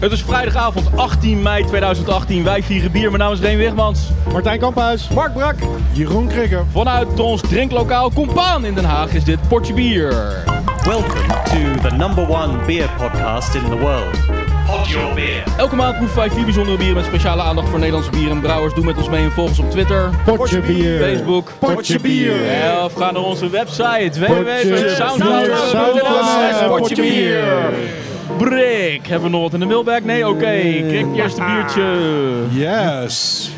Het is vrijdagavond 18 mei 2018. Wij vieren bier. Mijn naam is Reen Wigmans. Martijn Kamphuis. Mark Brak. Jeroen Krikker. Vanuit ons drinklokaal Compaan in Den Haag is dit Portje Bier. Welcome to the number one beer podcast in the world. Pod your beer. Elke maand proeven wij vier bijzondere bieren met speciale aandacht voor Nederlandse bieren en brouwers. Doe met ons mee en volg ons op Twitter, Potje bier. Facebook. Potje bier. Ja, of ga naar onze website Soundcloud. www.soundcloud.nl/potjebier. Brik, hebben we nog wat in de mailbag? Nee, oké. Kijk, eerst een biertje. Yes.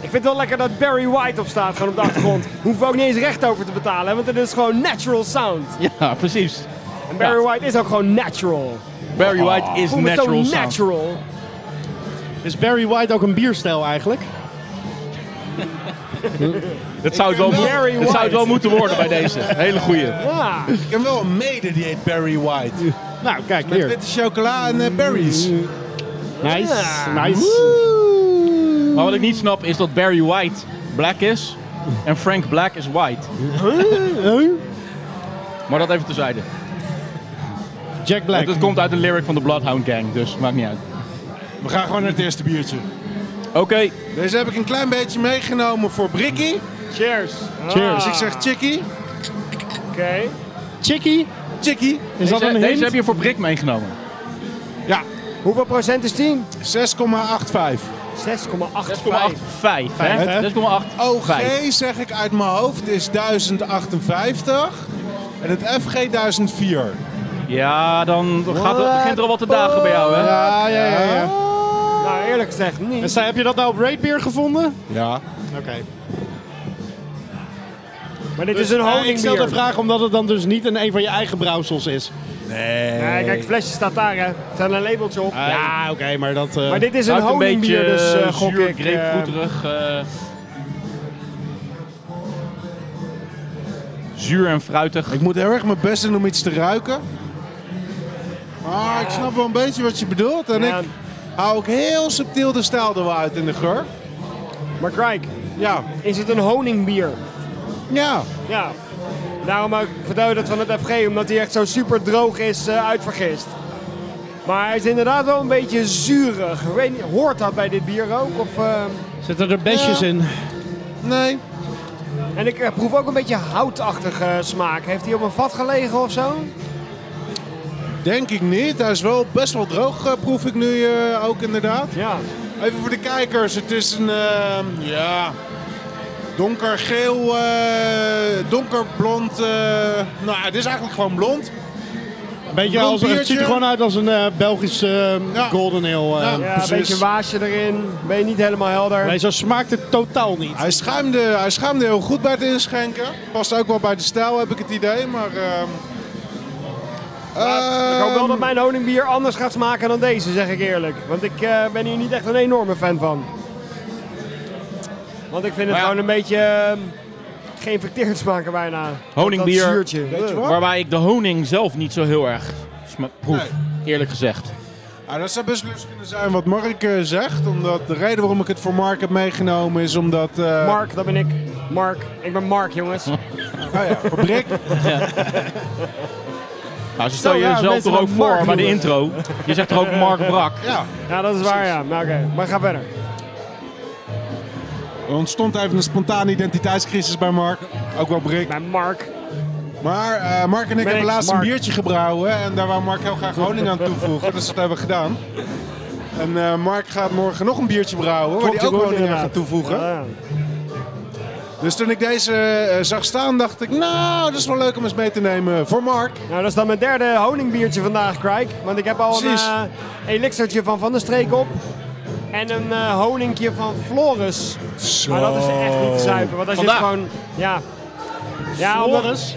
Ik vind het wel lekker dat Barry White op staat, gewoon op de achtergrond. Hoeven we ook niet eens recht over te betalen, hè, want het is gewoon natural sound. Ja, precies. En Barry White is ook gewoon natural. Barry White is Ik voel me zo natural sound. natural. Is Barry White ook een bierstijl eigenlijk? Dat zou het wel, ben moet- Barry dat zou het wel White. moeten worden bij deze. Hele goeie. Ja. Ik heb wel een mede die heet Barry White. Nou, kijk Met hier. witte chocola en eh, berries. Nice. Ja. Nice. Maar wat ik niet snap is dat Barry White black is en Frank Black is white. Maar dat even terzijde. Jack Black. Want het komt uit de lyric van de Bloodhound Gang, dus maakt niet uit. We gaan gewoon naar het eerste biertje. Oké, Deze heb ik een klein beetje meegenomen voor Brikkie. Cheers. Cheers. Dus ik zeg Chickie. Oké. Chicky. Chickie. Is dat deze, een deze heb hint? je voor Brik meegenomen. Ja, Hoeveel procent is 10? 6,85. 6,8. 6,85. hè? hè? 6,8. Oh. OG zeg ik uit mijn hoofd is 1058. En het FG 1004. Ja, dan gaat er, begint er al wat te dagen bij jou, hè? Ja, ja, ja. ja. Nou, eerlijk gezegd En niet. zei, heb je dat nou op Raidbeer gevonden? Ja. Oké. Maar dit is een Ah, ik stel de honingbier. vraag omdat het dan dus niet een, een van je eigen brouwsels is. Nee, kijk, het flesje staat daar, hè. Er staat een labeltje op. Ah, ja, oké, maar dat... eh, Maar dit is een Ruikt een honingbier, beetje dus eh, gok zuur, ik. eh, grapefruiterig. eh, zuur en fruitig. Ik moet heel erg mijn best doen om iets te ruiken. Maar ik snap wel een beetje wat je bedoelt. En ja, ik hou ook heel subtiel de stijl er wel uit in de geur. Maar kijk, Ja. is het een honingbier? Ja. Ja. Daarom ook verduidelijk van het FG, omdat hij echt zo super droog is eh, uitvergist. Maar hij is inderdaad wel een beetje zuurig. Ik Weet niet, hoort dat bij dit bier ook? Of, eh, Zitten er besjes Ja. in? Nee. En ik eh, proef ook een beetje houtachtige smaak. Heeft hij op een vat gelegen of zo? Denk ik niet. Hij is wel best wel droog, eh, proef ik nu eh, ook inderdaad. Ja. Even voor de kijkers, het is een eh, ja, donkergeel, eh donkerblond. eh, nou, het is eigenlijk gewoon blond. Een beetje Blond als, het ziet er biertje. gewoon uit als een eh, Belgisch eh, Ja. Golden Ale. eh. Ja. Ja, een Precies. beetje waasje erin. Ben je niet helemaal helder. Nee, zo smaakt het totaal niet. Hij schuimde, hij schuimde heel goed bij het inschenken. Past ook wel bij de stijl, heb ik het idee. Maar, ehm, Ik hoop wel dat ehm, mijn honingbier anders gaat smaken dan deze, zeg ik eerlijk. Want ik eh, ben hier niet echt een enorme fan van. Want ik vind het Maar ja. gewoon een beetje eh, geïnfecteerd smaken bijna. Honingbier. Dat zuurtje. Weet je wat? Waarbij ik de honing zelf niet zo heel erg sma- proef, eerlijk gezegd. Nou, Ja, dat zou best wel eens kunnen zijn wat Mark eh, zegt. Omdat de reden waarom ik het voor Mark heb meegenomen is omdat... eh, Mark, dat ben ik. Mark. Ik ben Mark, jongens. Oh ja, voor Brik. Nou, ze stel Zo je raar, zelf mensen er ook gaan voor Mark bij de noemen. intro. Je zegt er ook Mark Brak. Ja, ja, dat is waar, ja. Nou, oké. Maar ga verder. er ontstond even een spontane identiteitscrisis bij Mark. Ook wel Brik. Mijn Mark. Maar eh, Mark en ik hebben ik, laatst Mark. een biertje gebrouwen en daar wou Mark heel graag honing aan toevoegen. dus dat hebben we gedaan. En eh, Mark gaat morgen nog een biertje brouwen waar Klopt, hij je ook hoort honing aan inderdaad. gaat toevoegen. Ja, ja. Dus toen ik deze eh, zag staan dacht ik, nou dat is wel leuk om eens mee te nemen voor Mark. Nou, dat is dan mijn derde honingbiertje vandaag, Craig. Want ik heb al een Precies. eh elixertje van Van der Streek op. En een eh honingje van Flores. Maar dat is Oh. echt niet te zuipen. Want als je Vandaag? het gewoon... Ja. Ja, omdat- Flores?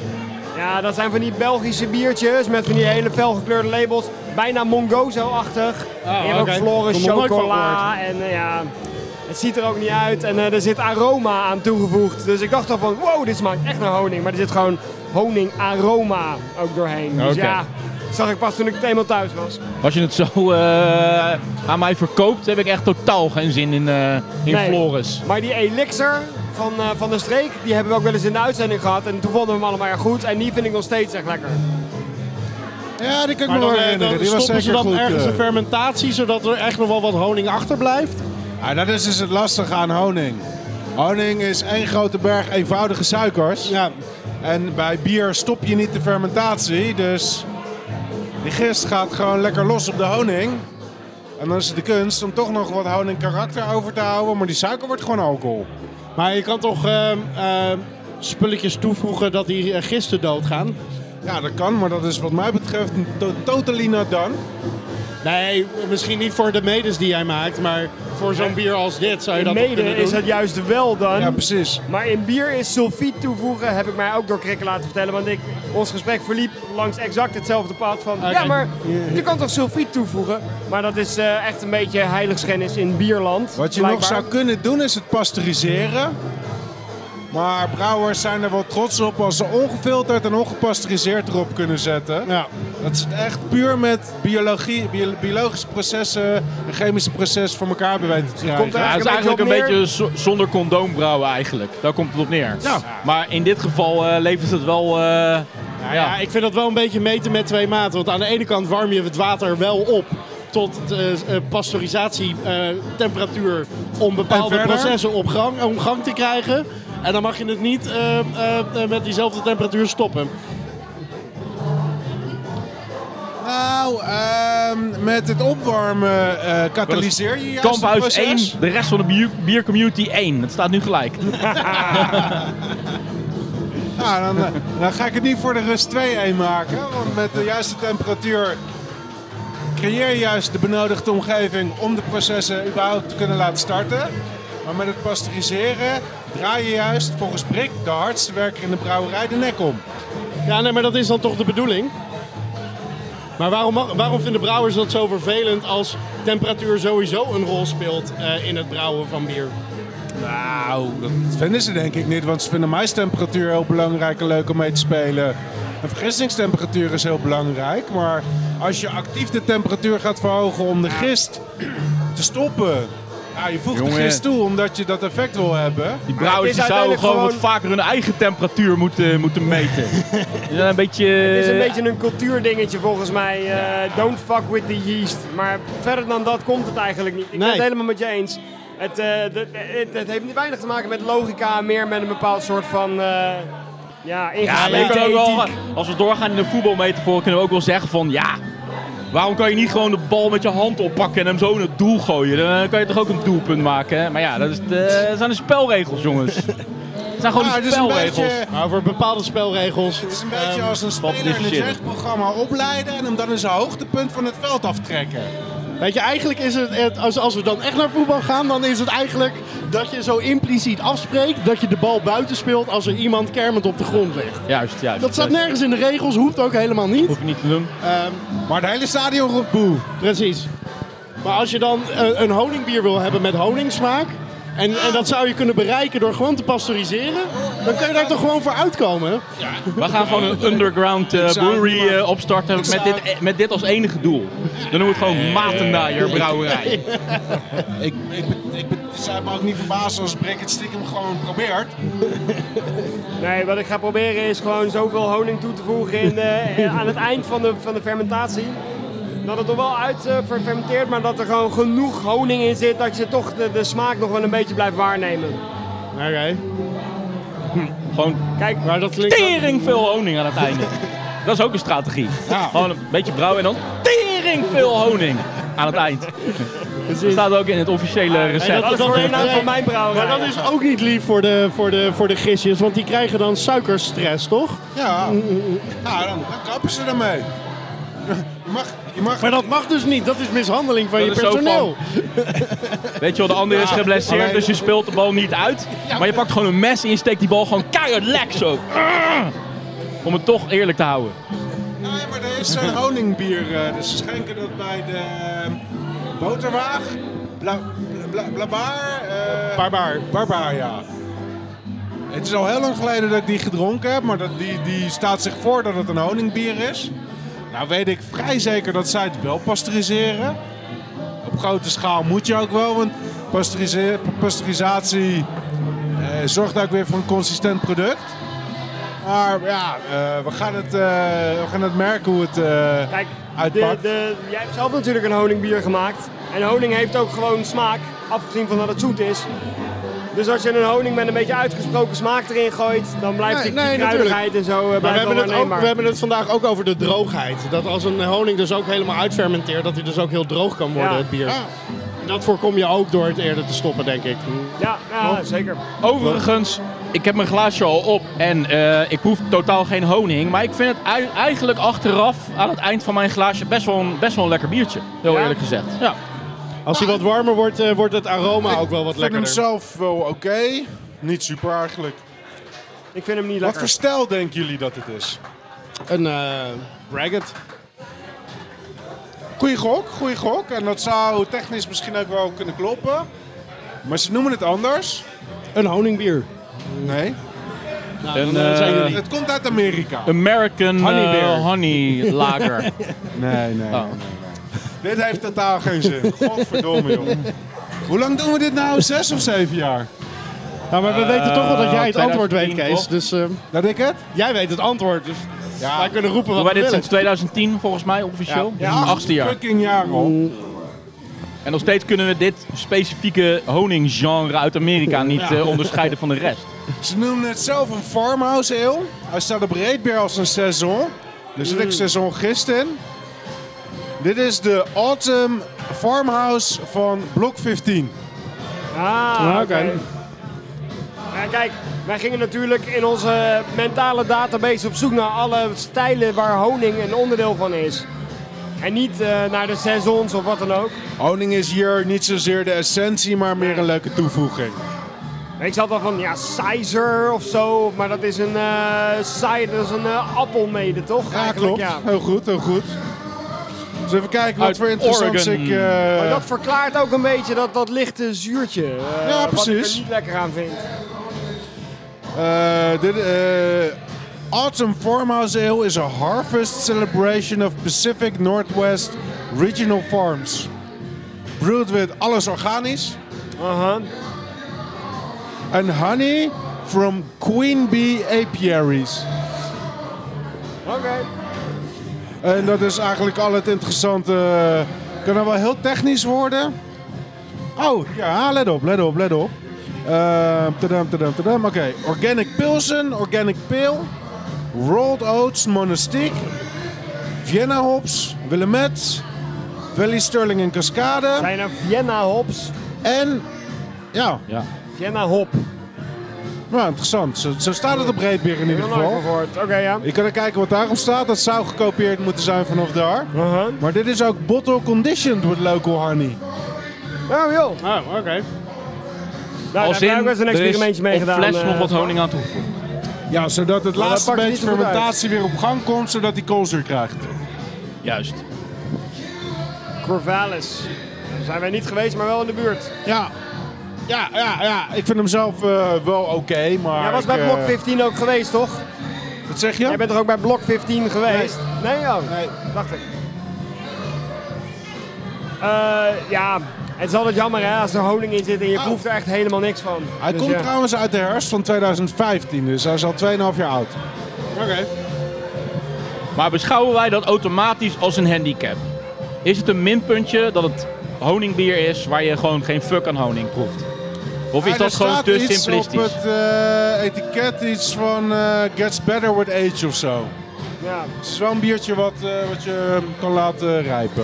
ja, dat zijn van die Belgische biertjes met van die hele felgekleurde labels. Bijna Mongozo-achtig. en je hebt Oh, oké. ook Flores Kom er nooit van chocola. En eh, ja, het ziet er ook niet uit. En eh, er zit aroma aan toegevoegd. Dus ik dacht al van, wow, dit smaakt echt naar honing. Maar er zit gewoon honingaroma ook doorheen. Dus Oké. ja, dat zag ik pas toen ik het eenmaal thuis was. Als je het zo eh, aan mij verkoopt, heb ik echt totaal geen zin in, eh in Nee. Flores. Maar die elixir van, eh, van de streek, die hebben we ook wel eens in de uitzending gehad. En toen vonden we hem allemaal erg goed. En die vind ik nog steeds echt lekker. Ja, die kan ik Maar me dan, wel eh, herinneren. dan Die was stoppen ze zeker dan goed. ergens eh. een fermentatie, zodat er echt nog wel wat honing achterblijft. Ah, dat is dus het lastige aan honing. Honing is één grote berg eenvoudige suikers. Ja, En bij bier stop je niet de fermentatie, dus die gist gaat gewoon lekker los op de honing. En dan is het de kunst om toch nog wat honing karakter over te houden, maar die suiker wordt gewoon alcohol. maar je kan toch ehm, ehm, spulletjes toevoegen dat die eh, gisten doodgaan? Ja, dat kan, maar dat is wat mij betreft to- totally not done. Nee, misschien niet voor de medes die jij maakt, maar voor zo'n bier als dit zou je dat toch Mede kunnen doen. is het juist wel dan. Ja, precies. Maar in bier is sulfiet toevoegen, heb ik mij ook door Krikken laten vertellen. Want ik, ons gesprek verliep langs exact hetzelfde pad. Van, Oké. Ja, maar je kan toch sulfiet toevoegen? Maar dat is eh, echt een beetje heiligschennis in bierland. Wat je nog blijkbaar. zou kunnen doen is het pasteuriseren. Maar brouwers zijn er wel trots op als ze ongefilterd en ongepasteuriseerd erop kunnen zetten. Ja. Dat ze het echt puur met biologie, bio- biologische processen en chemische processen voor elkaar beweten te krijgen. komt er- Ja, het is Eigenlijk eigenlijk een op neer- beetje zo- zonder condoom brouwen eigenlijk. Daar komt het op neer. Ja. Maar in dit geval eh, levert het wel... eh, Nou ja, ja. ik vind dat wel een beetje meten met twee maten. Want aan de ene kant warm je het water wel op tot eh, eh, pasteurisatietemperatuur om bepaalde En verder? processen op gang, om gang te krijgen. En dan mag je het niet eh, eh, eh, met diezelfde temperatuur stoppen. Nou, ehm, met het opwarmen eh katalyseer je juist het Kamphuis proces. 1, de rest van de bier- biercommunity 1. Het staat nu gelijk. Ja, dan, eh, dan ga ik het niet voor de rust 2-1 maken. Want met de juiste temperatuur creëer je juist de benodigde omgeving om de processen überhaupt te kunnen laten starten. Maar met het pasteuriseren draai je juist volgens Brik, de hardste werker in de brouwerij, de nek om. Ja, nee, maar dat is dan toch de bedoeling? Maar waarom, mag- waarom vinden brouwers dat zo vervelend als temperatuur sowieso een rol speelt eh, in het brouwen van bier? Nou, dat vinden ze denk ik niet, want ze vinden maistemperatuur heel belangrijk en leuk om mee te spelen. En vergistingstemperatuur is heel belangrijk, maar als je actief de temperatuur gaat verhogen om de gist te stoppen. Ja, je voegt de Jongen. gist toe omdat je dat effect wil hebben. Die het brouwers is die zouden uiteindelijk gewoon wat gewoon- vaker hun eigen temperatuur moeten, moeten meten. Die zijn een beetje... eh, Het is een beetje een cultuurdingetje volgens mij. eh, don't fuck with the yeast. Maar verder dan dat komt het eigenlijk niet. Ik ben Nee. het helemaal met je eens. Het, eh, de- het, het heeft niet weinig te maken met logica, meer met een bepaald soort van eh ja, Ja, maar je ingesleten kan ook wel, ethiek. als we doorgaan in de voetbalmetafoor, kunnen we ook wel zeggen van ja, waarom kan je niet gewoon de bal met je hand oppakken en hem zo in het doel gooien? Dan eh, kan je toch ook een doelpunt maken? hè? Maar ja, dat, is de- dat zijn de spelregels, jongens. Dat zijn gewoon Ja, de het is een spelregels. beetje, Maar voor bepaalde spelregels. het is een beetje ehm, als een wat speler in een differentiëren. jazzprogramma opleiden en hem dan in zijn hoogtepunt van het veld aftrekken. Weet je, eigenlijk is het, het- als, als we dan echt naar voetbal gaan, dan is het eigenlijk dat je zo impliciet afspreekt dat je de bal buiten speelt als er iemand kermend op de grond ligt. Juist, juist. Dat staat nergens in de regels, hoeft ook helemaal niet. Hoef je niet te doen. Ehm, Maar het hele stadion roept boe. precies. Maar als je dan eh, een honingbier wil hebben met honingsmaak, en, en dat zou je kunnen bereiken door gewoon te pasteuriseren, dan kun je daar toch gewoon voor uitkomen. We gaan gewoon een underground eh, Ik zou het brewery niet maken. eh, opstarten Ik met zou- dit, eh, met dit als enige doel. Dan noemen we het gewoon Matendaaier Brouwerij. Ik, ik, be- ik be- zou me ook niet verbazen als Brik het stiekem gewoon probeert. Nee, wat ik ga proberen is gewoon zoveel honing toe te voegen in, de- eh, aan het eind van de, van de fermentatie. Dat het er wel uit eh, verfermenteert, maar dat er gewoon genoeg honing in zit dat je toch de, de smaak nog wel een beetje blijft waarnemen. Oké. Gewoon Kijk, Maar dat klinkt ook- tering veel honing aan het einde. Dat is ook een strategie. Gewoon een beetje brouwen en dan tering veel honing aan het eind. Dat staat ook in het officiële recept. dat is voor de naam van mijn brouwerij. Maar dat is ook niet lief voor de, voor de, voor de gistjes, want die krijgen dan suikerstress, toch? Ja, ja dan, dan kappen ze ermee. Je mag, je mag Maar dat mag dus niet, dat is mishandeling van Dat je is zo personeel. Weet je wel, de ander is geblesseerd, alleen- dus je speelt de bal niet uit. Maar je pakt gewoon een mes en je steekt die bal gewoon keihard lek zo. Om het toch eerlijk te houden. Nee, maar er is een honingbier. eh, Dus ze schenken dat bij de eh, boterwaag. Bla, bla, blabaar. eh, Barbaar. barbaar, ja. Het is al heel lang geleden dat ik die gedronken heb, maar dat, die, die staat zich voor dat het een honingbier is. Nou weet ik vrij zeker dat zij het wel pasteuriseren. Op grote schaal moet je ook wel, want pasteurise- pasteurisatie eh, zorgt ook weer voor een consistent product. Maar ja, eh, we, gaan het, eh, we gaan het merken hoe het... eh, Kijk, de, Uitpakt. de, jij hebt zelf natuurlijk een honingbier gemaakt. En honing heeft ook gewoon smaak, afgezien van dat het zoet is. Dus als je een honing met een beetje uitgesproken smaak erin gooit, dan blijft Nee, die- die nee, kruidigheid en zo eh, Maar we blijft wel hebben, het ook, aanneembaar. we hebben het vandaag ook over de droogheid. Dat als een honing dus ook helemaal uitfermenteert, dat hij dus ook heel droog kan worden, Ja. het bier. Ah. En dat voorkom je ook door het eerder te stoppen, denk ik. Ja, ja zeker. Overigens, ik heb mijn glaasje al op en eh, ik proef totaal geen honing. Maar ik vind het ei- eigenlijk achteraf aan het eind van mijn glaasje best wel een, best wel een lekker biertje. Heel Ja? eerlijk gezegd. Ja. Als hij wat warmer wordt, eh, wordt het aroma ook wel wat Ik vind hem lekkerder. zelf wel oké. Niet super eigenlijk. Ik vind hem niet Wat lekker. voor stijl denken jullie dat het is? Een eh ragged. Goeie gok, goeie gok. En dat zou technisch misschien ook wel kunnen kloppen. Maar ze noemen het anders. Een honingbier. Nee. Nou, Een, dan, eh, zijn eh, jullie. Het komt uit Amerika. American Honey eh, beer. honey lager. Nee, nee. Oh. Dit heeft totaal geen zin. Godverdomme, joh. Hoe lang doen we dit nou? Zes of zeven jaar? Nou, maar we weten toch wel dat jij het antwoord weet, 2010 Kees. toch? Dus eh, Dat ik het? jij weet het antwoord. Dus Ja. wij kunnen roepen Doen wat wij we willen. dit sinds 2010 volgens mij officieel? Ja. Achtste jaar. Fucking jaar, al. En nog steeds kunnen we dit specifieke honinggenre uit Amerika niet eh, onderscheiden van de rest. Ze noemen het zelf een farmhouse ale. Hij staat op Reedbeer als een saison. Dus zit ik saison gisteren. Dit is de Autumn Farmhouse van Blok 15. Ah, Ah, oké. oké. Ja, kijk, wij gingen natuurlijk in onze mentale database op zoek naar alle stijlen waar honing een onderdeel van is. En niet eh, naar de saisons of wat dan ook. Honing is hier niet zozeer de essentie, maar meer een leuke toevoeging. Ik zat al van, ja, Sizer of zo, maar dat is een, eh cider, dat is een eh, appelmede, toch? Ja, Eigenlijk, klopt. Eh, Heel goed, heel goed. Dus even kijken wat Uit voor interessants Oregon. ik... eh, Maar dat verklaart ook een beetje dat, dat lichte zuurtje. eh, Ja, Wat ik precies. er niet lekker aan vind. eh, dit, eh, Autumn Farmhouse Ale is a harvest celebration of Pacific Northwest regional farms. Brewed with alles organisch. Aha. And honey from queen bee apiaries. Oké. En dat is eigenlijk al het interessante. Kan dat wel heel technisch worden? Oh, ja, let op, let op, let op. Eh, tadam, tadam, tadam. Oké, organic pilsen, organic peel, rolled oats, monastiek, Vienna hops, Willemette, Valley Sterling en Cascade Zijn er Vienna hops? en ja, Ja. Vienna hop. nou, interessant. Zo, zo staat het op Breedbeer in ieder Heel nooit geval. van gehoord. Oké, ja. Je kan er kijken wat daarop staat. Dat zou gekopieerd moeten zijn vanaf daar. Aha. Maar dit is ook bottle conditioned with local honey. Oh joh. Ah, oké. Nou, daar Als heb ik in, ook eens een er is experimentje mee op gedaan. fles eh, nog wat honing aan toegevoegd. Ja, zodat het laatste pakt het beetje niet zo goed fermentatie weer op gang komt, zodat die koolzuur krijgt. Juist. Corvallis. Daar zijn wij niet geweest, maar wel in de buurt. Ja. Ja, ja, ja. Ik vind hem zelf eh, wel oké, maar... Jij was ik, bij eh, Blok 15 ook geweest, toch? Wat zeg je? Jij bent er ook bij Blok 15 geweest? Nee, oh. Nee. Dacht ik. Eh, ja, het is altijd jammer hè, als er honing in zit en je Oh. proeft er echt helemaal niks van. Hij Dus komt ja. trouwens uit de herfst van 2015, dus hij is al 2,5 jaar oud. Maar beschouwen wij dat automatisch als een handicap? Is het een minpuntje dat het honingbier is waar je gewoon geen fuck aan honing proeft? Of is Ja, er dat gewoon staat te iets simplistisch? op het eh, etiket, iets van eh, gets better with age of zo. Ja, Het is wel een biertje wat, eh, wat je eh, kan laten rijpen.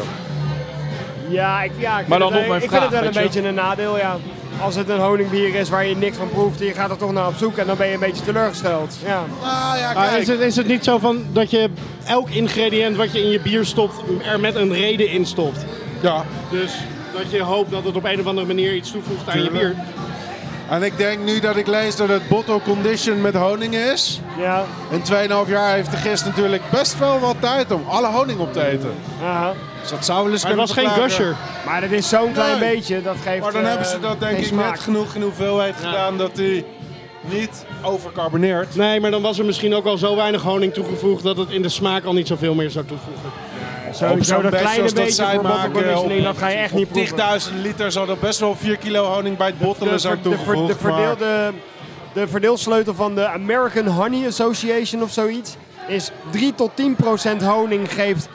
ja, ik, ja ik, vind Maar dan het, nog eh, mijn ik vraag, vind het wel een weet je. beetje een nadeel, ja. Als het een honingbier is waar je niks van proeft en je gaat er toch naar op zoek en dan ben je een beetje teleurgesteld. Ja. Ah ja, Maar kijk. is, het, is het niet zo van dat je elk ingrediënt wat je in je bier stopt, er met een reden in stopt? Ja. Dus dat je hoopt dat het op een of andere manier iets toevoegt aan je bier. Tuurlijk. En ik denk nu dat ik lees dat het bottle condition met honing is. ja. In 2,5 jaar heeft de gist natuurlijk best wel wat tijd om alle honing op te eten. Aha. Dus dat zou wel eens Maar het kunnen was geen verklaren. gusher. Maar dat is zo'n klein Nee. beetje, dat geeft Maar dan eh, hebben ze dat denk geen ik smaak. net genoeg in hoeveelheid gedaan dat hij niet overcarboneert. Nee, maar dan was er misschien ook al zo weinig honing toegevoegd dat het in de smaak al niet zoveel meer zou toevoegen. Op Sowieso zo'n dat best kleine zoals dat beetje zij voor maken, bottenconditioning, op- dat ga je echt Op niet proeven. 10.000 liter zal er best wel 4 kilo honing bij het bottelen de, zijn ver- de ver- toegevoegd. de verdeelde, de verdeelsleutel van de American Honey Association of zoiets is 3 tot 10 procent honing geeft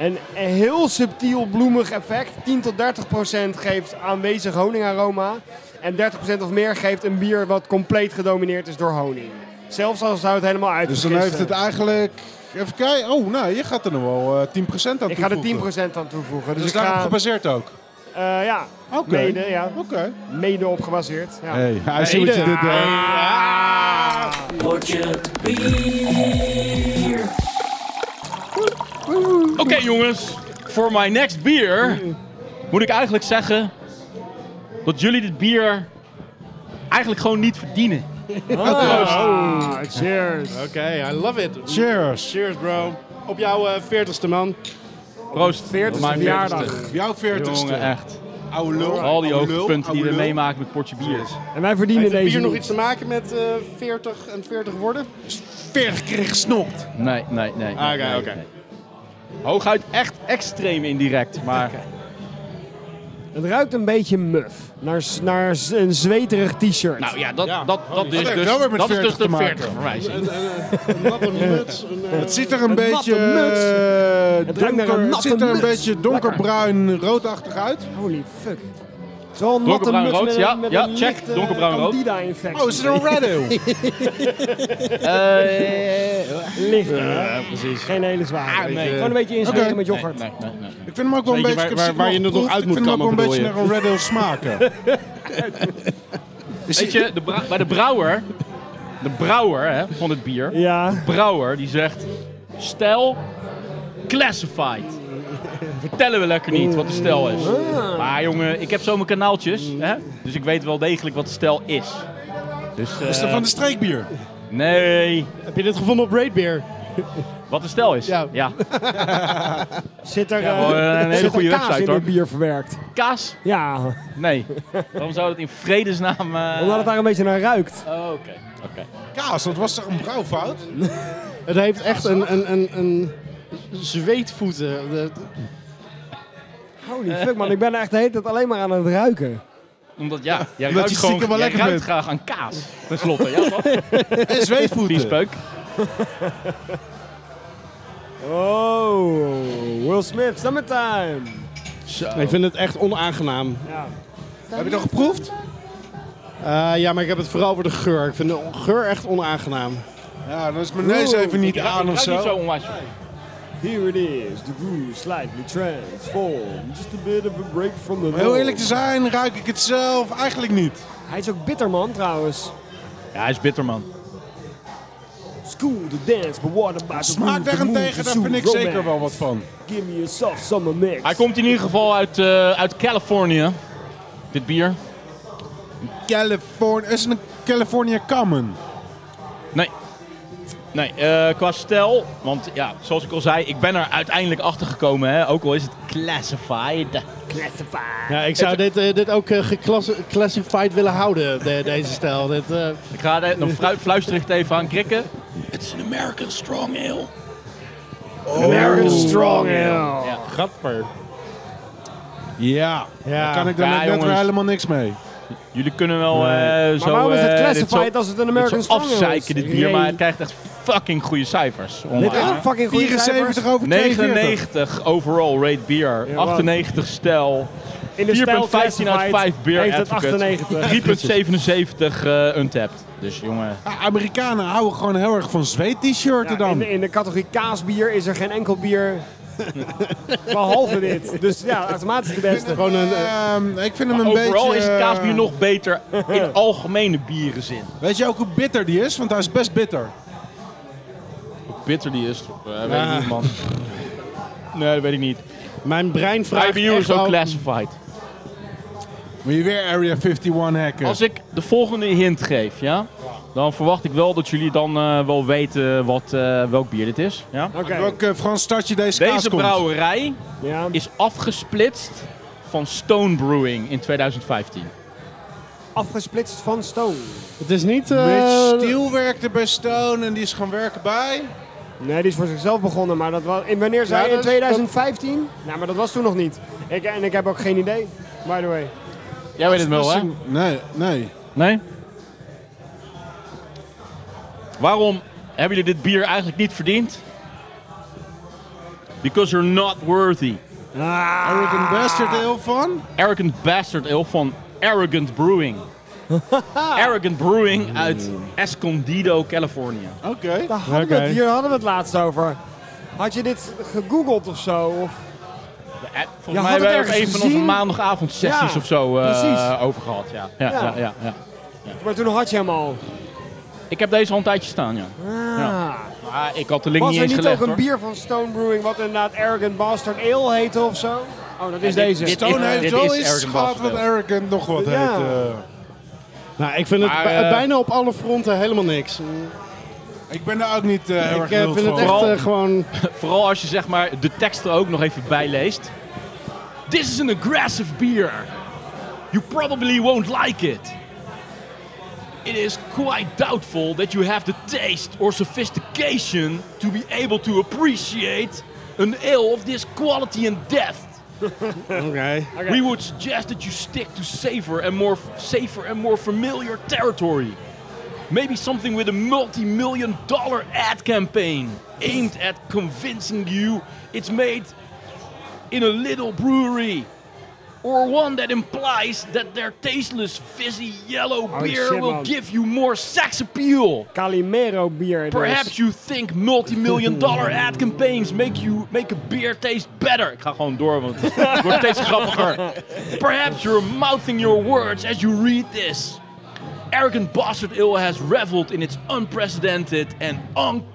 een heel subtiel bloemig effect. 10 tot 30 procent geeft aanwezig honingaroma. En 30 procent of meer geeft een bier wat compleet gedomineerd is door honing. Zelfs al zou het helemaal uit. Dus dan heeft het eigenlijk... Even kijken. Oh, nou, je gaat er nog wel eh, 10% aan toevoegen. Ik ga er 10 procent aan toevoegen. Dus, Dus ik daarop ga, gebaseerd ook? eh, ja, Oké. mede, ja, Oké. mede op gebaseerd. Ja. Hey, hij ziet wat je dit doet. Ah. Ah! Oké jongens, voor mijn next bier moet ik eigenlijk zeggen dat jullie dit bier eigenlijk gewoon niet verdienen. Ah, cheers. Oké, I love it. Cheers. Cheers, bro. Op jouw eh, veertigste man. Proost. 40ste Mijn 40ste. verjaardag. Jouw 40ste. Jongen, echt. Oude lul. Al die oude lul, hoogtepunten die oude we lul. meemaken met portje bier. En wij verdienen Heeft het deze. bier nog niet. iets te maken met 40 en 40 worden? 40 kreeg gesnopt. Nee, nee, nee. Ah, nee, oké, nee, oké. nee. Hooguit echt extreem indirect, maar Het ruikt een beetje muf. Naar, s- naar s- een zweterig t-shirt. nou ja, dat, Ja. dat, dat Holy is shit. dus, Nou weer met dat is dus 40 te de maken. 40 verwijzing. Een natte muts. Een, eh, Het ziet er een Een natte beetje... eh, Het ruikt naar een donker- het natte ziet er een muts. beetje donkerbruin, roodachtig uit. Holy fuck. Het is wel een natte Donkerbruin muf rood, met een- ja, met ja, een check. lichte Donkerbruin rood. Candida-infectie. Oh, is het een red ale? Eh, Licht. precies. Geen hele zware. Gewoon een beetje inschenken Oké. met yoghurt. Nee, nee, nee, nee. Ik vind hem ook wel een Weet je beetje... waar- waar- waar je het nog uit moet Ik vind hem ook kammen, wel een beetje bedoel naar een red ale smaken. Weet je, de brou- bij de brouwer, de brouwer hè, van het bier, Ja, brouwer die zegt: stijl classified. Vertellen we lekker niet wat de stijl is. Maar jongen, ik heb zo mijn kanaaltjes, hè? dus ik weet wel degelijk wat de stijl is. Dus, eh, Is dat van de streekbier? Nee, Heb je dit gevonden op Raid Beer? wat de stijl is. Ja. Ja. zit er, wel een eh, hele zit er goede kaas website, in hoor. dit bier verwerkt? Kaas? Ja, Nee. Waarom zou dat in vredesnaam... eh, omdat het daar een beetje naar ruikt. Oh, oké. oké. Kaas, dat was toch een brouwfout? Het heeft echt een, een, een, een zweetvoeten. De- Holy fuck man, ik ben echt de hele tijd alleen maar aan het ruiken. Omdat, ja, jij Omdat ruikt je gewoon... stiekem wel jij lekker ruikt bent. graag aan kaas. Ten slotte, ja toch? En Die zweetvoeten. speuk. Oh, Will Smith, summertime. Ik vind het echt onaangenaam. Ja. Heb je dat geproefd? Eh, ja, maar ik heb het vooral voor de geur. Ik vind de geur echt onaangenaam. Ja, dan is mijn neus even niet Ik ruik- aan ik of ruik niet zo zo. onwijs. Here it is, the groove slightly transformed. Just a bit of a break from the Om heel eerlijk te zijn, ruik ik het zelf eigenlijk niet. Hij is ook bitter man trouwens. Ja, hij is bitter, man. School the dance, but what about the Smaak daarentegen, daar vind ik zeker wel wat van. Give me a soft summer mix. Hij komt in ieder geval uit, eh, uit Californië. Dit bier. California, is het een California Common? Nee. Nee, eh, qua stijl, want ja, zoals ik al zei, ik ben er uiteindelijk achter gekomen, hè, ook al is het classified. Classified. Ja, ik zou dit, eh, dit ook eh, geclassified willen houden, de- deze stijl. Dit, eh, Ik ga er- dan fru- fluister ik het even aan krikken. It's an American strong ale. Oh. American Strong eh, Ale. Ja. Grappig. Ja, Ja. daar kan ik dan Ja, net weer jongens. helemaal niks mee. Jullie kunnen wel eh, zo. Maar waarom is het eh, dit classified zo- als het een dit zo American Strong Ale is? afzeiken dit bier, maar het krijgt echt fucking goede cijfers. Dit online. is een fucking goede 74 over 92. 99 overall rate bier, Ja, 98 stijl, 4.15 uit 4.15 uit 5 beer Heeft het advocate. 98. 3,77 eh untapped. Dus jongen. Ah, Amerikanen houden gewoon heel erg van zweet-t-shirten Ja, in, dan. de- in de categorie kaasbier is er geen enkel bier behalve dit. Dus ja, automatisch de beste. Gewoon een, eh, Ehm, ik vind hem een beetje... Overal is eh, kaasbier nog beter in algemene bierenzin. Weet je ook hoe bitter die is? Want hij is best bitter. Hoe bitter die is, eh, weet ik niet man. Nee, dat weet ik niet. mijn brein vraagt IBU echt is ook al- classified. Moet je weer Area 51 hacken. Als ik de volgende hint geef, ja, dan verwacht ik wel dat jullie dan eh, wel weten wat, eh, welk bier dit is. Ja? Oké. Uit Welk eh, Frans stadje deze, kaas Deze komt? brouwerij Ja. is afgesplitst van Stone Brewing in 2015. Afgesplitst van Stone. Het is niet... eh, Rich Steele werkte bij Stone en die is gaan werken bij... Nee, die is voor zichzelf begonnen, maar dat was. In wanneer Ja, zei je? In dat is- 2015? Nou, maar dat was toen nog niet. Ik, en ik heb ook geen idee. By the way. Jij weet het wel, hè? Nee, nee. Nee? Waarom hebben jullie dit bier eigenlijk niet verdiend? Because you're not worthy. Arrogant Ah. Bastard heel van. Arrogant Bastard Ale van Arrogant Brewing. Arrogant Brewing uit Escondido, Californië. Oké. Daar hadden we Oké. het, hier hadden we het laatst over. Had je dit gegoogeld of zo? Of, Eh, Volgens mij Ja, had het hebben we er ergens een van onze gezien? maandagavond sessies Ja, of zo eh, precies. over gehad. Ja. Ja, Ja. ja. Ja, ja. maar toen had je hem al. Ik heb deze al een tijdje staan, ja. Ah. Maar ik had de link Was niet er eens niet gelegd, ook een hoor. bier van Stone Brewing wat inderdaad Arrogant Bastard Ale heette of zo? Oh, dat is dit- deze. dit- Stone Ja, heeft dit wel is eens Arrogant gehad Bastard wat Ale. Arrogant nog wat Ja. heet. eh. Nou, ik vind het Maar, b- eh, bijna op alle fronten helemaal niks. ik ben daar ook niet eh, ik heel eh, erg vind wild het van. echt Vooral- eh, gewoon... Vooral als je zeg maar de tekst er ook nog even bij leest. This is an aggressive beer. You probably won't like it. It is quite doubtful that you have the taste or sophistication to be able to appreciate an ale of this quality and depth. Oké. We would suggest that you stick to safer and more safer and more familiar territory. Maybe something with a multi-million dollar ad campaign aimed at convincing you it's made in a little brewery. Or one that implies that their tasteless, fizzy yellow beer shit, will man. give you more sex appeal. Calimero bier. dus. Perhaps you think multi-million dollar ad campaigns make you make a beer taste better. Ik ga gewoon door, want het wordt steeds grappiger. Perhaps you're mouthing your words as you read this. Arrogant Bastard Ale has reveled in its unprecedented and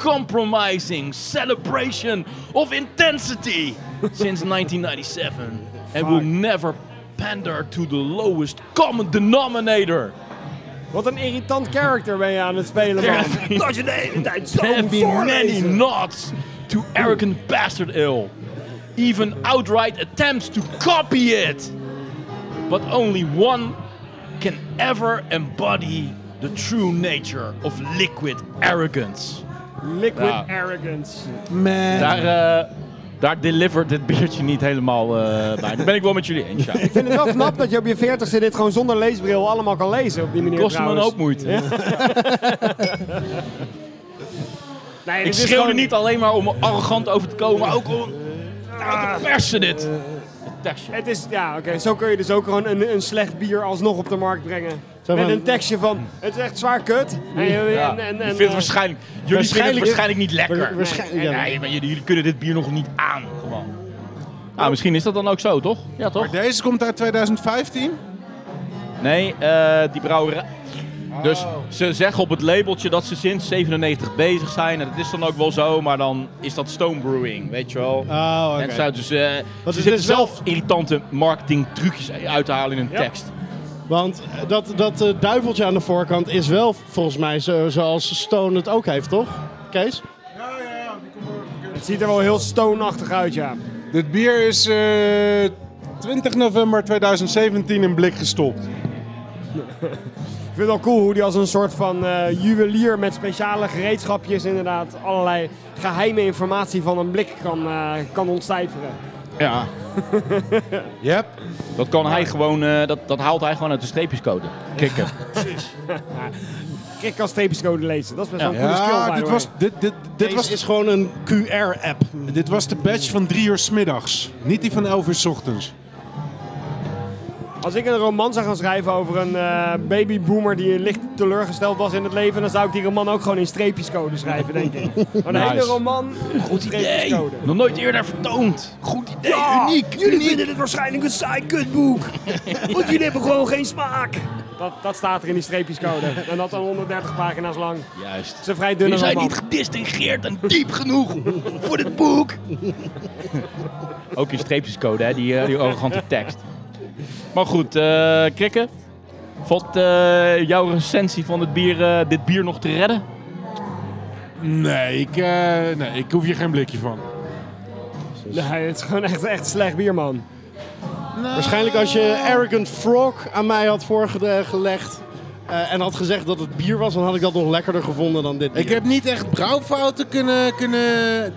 uncompromising celebration of intensity since 1997 and will never pander to the lowest common denominator. Wat een irritant character ben je aan het spelen, There man. have Dat je de hele tijd zo There have been many voorlezen. nods to arrogant bastard ill. Even outright attempts to copy it. But only one can ever embody the true nature of liquid arrogance. Liquid Ja. arrogance. Daar, eh, daar delivert dit biertje niet helemaal eh, bij. Dat ben ik wel met jullie eens. Ja. Ik vind het wel knap dat je op je 40ste dit gewoon zonder leesbril allemaal kan lezen op die manier Kost me een trouwens. hoop moeite. Nee, Ik dit is schreeuwde gewoon- niet alleen maar om arrogant over te komen, maar ook om nou, te persen dit. Het tekstje. Het is, ja, oké. Zo kun je dus ook gewoon een, een slecht bier alsnog op de markt brengen. Met van- een tekstje van, het is echt zwaar kut. En, Ja. en, en, je en, vindt het eh, waarschijnlijk, jullie vinden het waarschijnlijk- waarschijnlijk niet lekker. waarschijnlijk- Nee, ja. nee, maar jullie, jullie kunnen dit bier nog niet aan, gewoon. Nou, misschien is dat dan ook zo, toch? Ja, toch? Maar deze komt uit 2015. Nee, eh, die brouwerij... Dus ze zeggen op het labeltje dat ze sinds 97 bezig zijn. En dat is dan ook wel zo, maar dan is dat stone brewing, weet je wel. Oh, oké. En zo, dus, eh, ze het zitten is wel- zelf irritante marketing trucjes uit te halen in hun tekst. Want dat, dat eh, duiveltje aan de voorkant is wel volgens mij zo, zoals Stone het ook heeft, toch? Kees? Ja, ja, ja. Het ziet er wel heel stoonachtig uit, ja. Dit bier is eh, 20 november 2017 in blik gestopt. Ik vind het wel cool hoe die als een soort van eh, juwelier met speciale gereedschapjes inderdaad allerlei geheime informatie van een blik kan, eh, kan ontcijferen. Ja. Yep. Dat kan hij gewoon, eh, dat, dat haalt hij gewoon uit de streepjescode. Kikken. Ik kan streepjescode lezen, dat is best wel een goede skill. by Ja, the dit way. was, dit, dit, dit, Kees was, is gewoon een QR-app. dit was de badge van drie uur 's middags. Niet die van 11 uur 's ochtends. Als ik een roman zou gaan schrijven over een eh, babyboomer die licht teleurgesteld was in het leven, dan zou ik die roman ook gewoon in streepjescode schrijven, denk ik. Gewoon Een hele roman Goed streepjescode. Nog nooit eerder vertoond. Goed idee. uniek, jullie vinden dit waarschijnlijk een saai kutboek. Want jullie hebben gewoon geen smaak. Dat, dat staat er in die streepjescode. En dat dan 130 pagina's lang. Het Juist. is een vrij dunne Je zijn roman. niet gedistingeerd en diep genoeg voor dit boek. Ook in streepjescode, hè, die, eh, die arrogante tekst. Maar goed, eh Krikke. Valt eh, jouw recensie van het bier, eh, dit bier nog te redden? Nee ik, eh, nee, ik hoef hier geen blikje van. Nee, het is gewoon echt, echt slecht bier, man. Eh, Waarschijnlijk als je Arrogant Frog aan mij had voorgelegd eh, en had gezegd dat het bier was, dan had ik dat nog lekkerder gevonden dan dit bier. Ik heb niet echt brouwfouten kunnen, kunnen,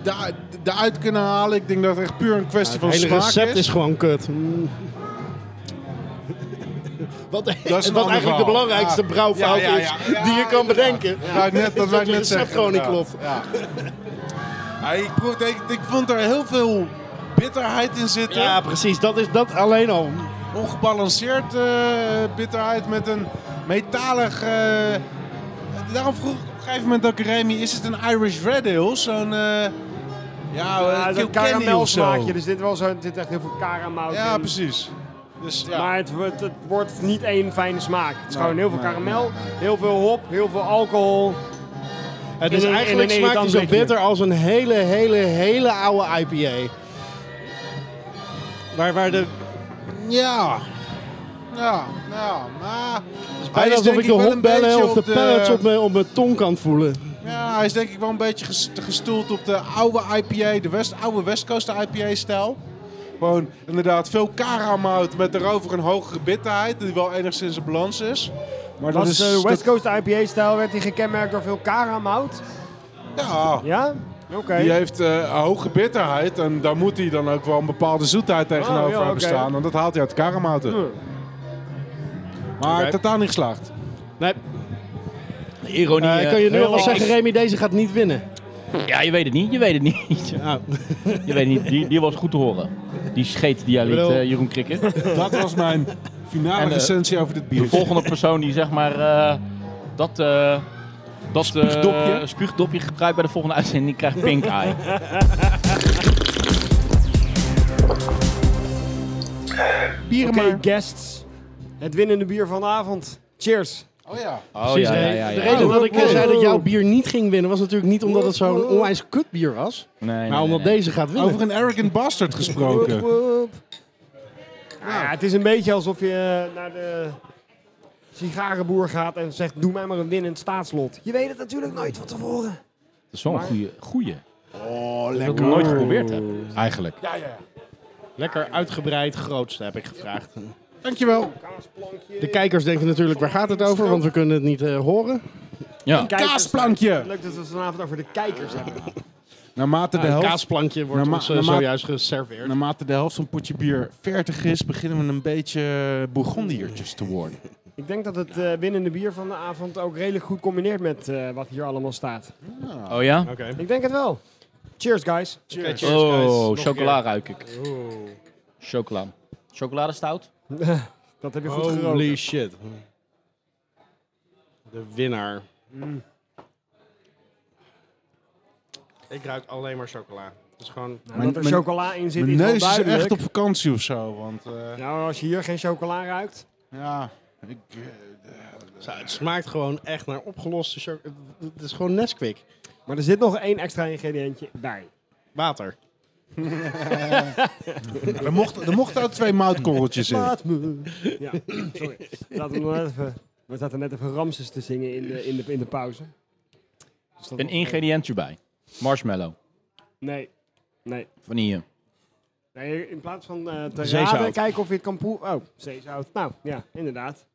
da- daaruit kunnen halen. Ik denk dat het echt puur een kwestie Het van hele smaak recept is. is gewoon kut. Mm. Wat, een ander wat eigenlijk de verhaal. belangrijkste Ja. brouwfout Ja, ja, ja. is Ja, die je kan inderdaad. bedenken. Ja, ik net, dat Dat wou ik je net recept zeggen. gewoon niet inderdaad. klopt. Ja. Ja, ik, proef- ik, ik vond er heel veel bitterheid in zitten. Ja, precies. Dat is dat alleen al. Ongebalanceerd eh, bitterheid met een metalig... eh, daarom vroeg ik op een gegeven moment ook Remy, is het een Irish Red Ale? Zo'n... eh ja, eh, Ja, zo'n Kilkenny of zo. karamelsmaakje. Dus dit was dit echt heel veel karamout Ja, in. precies. Dus, ja. Maar het, wordt- het wordt niet één fijne smaak. Het is Nee, gewoon heel veel nee, karamel, heel veel hop, heel veel alcohol. Het is In een- in Dus eigenlijk een smaakt hij irritant zo blikje. bitter als een hele, hele, hele oude IPA. Waar, waar de Ja. Ja, nou, maar... Dus Bijna alsof ik de honkbellen of de pellets op mijn, op mijn tong kan voelen. Ja, hij is denk ik wel een beetje ges- gestoeld op de oude IPA, de West, oude West Coast IPA-stijl. Gewoon inderdaad veel karamout met daarover een hogere bitterheid, die wel enigszins een balans is. Maar dat Was is... de eh, West dat- Coast IPA-stijl werd die gekenmerkt door veel karamout. ja, Ja? Oké. die heeft eh, een hoge bitterheid en daar moet hij dan ook wel een bepaalde zoetheid tegenover Oh, ja, hebben oké. staan. En dat haalt hij uit karamouten. Hm. Maar Oké. totaal niet geslaagd. Nee, Ironie. eh, ik eh, kan je nu heel al wel erg. zeggen, Remy, deze gaat niet winnen. Ja, je weet het niet. Je weet het niet. Nou, Je weet het niet. Die, die was goed te horen. Die scheet die jij liet, bedoel- eh, Jeroen Krikker. Dat was mijn finale En, eh, recensie over dit De bier. volgende persoon die zeg maar eh, dat, eh dat eh, Spuugdopje? spuugdopje gebruikt bij de volgende uitzending, die krijgt pink eye. Oh, Oké, guests. Het winnende bier vanavond. Cheers. Oh ja. Oh precies, nee. De reden dat ik eh, zei dat jouw bier niet ging winnen was natuurlijk niet omdat het zo'n onwijs kut bier was. Nee, Maar nee, omdat nee. deze gaat winnen. Over een arrogant bastard Woep, gesproken. woep. Nou ja, het is een beetje alsof je eh, naar de sigarenboer gaat en zegt: Doe mij maar een winnend staatslot. Je weet het natuurlijk nooit van tevoren. Dat is wel een goeie. goeie. Oh, Dat ik lekker. nog nooit geprobeerd heb, eigenlijk. Lekker uitgebreid grootste heb ik gevraagd. Dankjewel. De kijkers denken natuurlijk, waar gaat het over? Want we kunnen het niet eh, horen. Ja. Kijkers- Kaasplankje. Leuk dat we het vanavond over de kijkers hebben. Naarmate de, Een helft, kaasplankje wordt Norma- ons eh, norma- zojuist geserveerd. naarmate de helft van een potje bier 40 is, beginnen we een beetje bourgondiertjes te worden. Ik denk dat het eh, winnende bier van de avond ook redelijk goed combineert met eh, wat hier allemaal staat. Oh ja? Ik denk het wel. Cheers, guys. Cheers. Oh, chocola ruik ik. Chocola. Chocoladestout? dat heb je goed geroken. Holy shit. De winnaar. Mm. Ik ruik alleen maar chocola. Het is gewoon... Nou, dat er Mijn- chocola in zit Mijn is wel neus is duidelijk. echt op vakantie of zo, want eh, Nou, als je hier geen chocola ruikt. ja, ik, eh, Zo, Het smaakt gewoon echt naar opgeloste chocola. Het is gewoon Nesquik. Maar er zit nog één extra ingrediëntje bij. Water. er, mochten er mochten ook twee moutkorreltjes in. Laat me. Ja, sorry. Laten we nog even, we zaten net even Ramses te zingen in de, in de, in de pauze. Dus dat Een was- ingrediëntje bij. Marshmallow. Nee. Nee. Vanille. Nee, in plaats van eh te Zeezout. raden, kijken of je het kan proeven. Oh, zeezout. Nou, ja, inderdaad.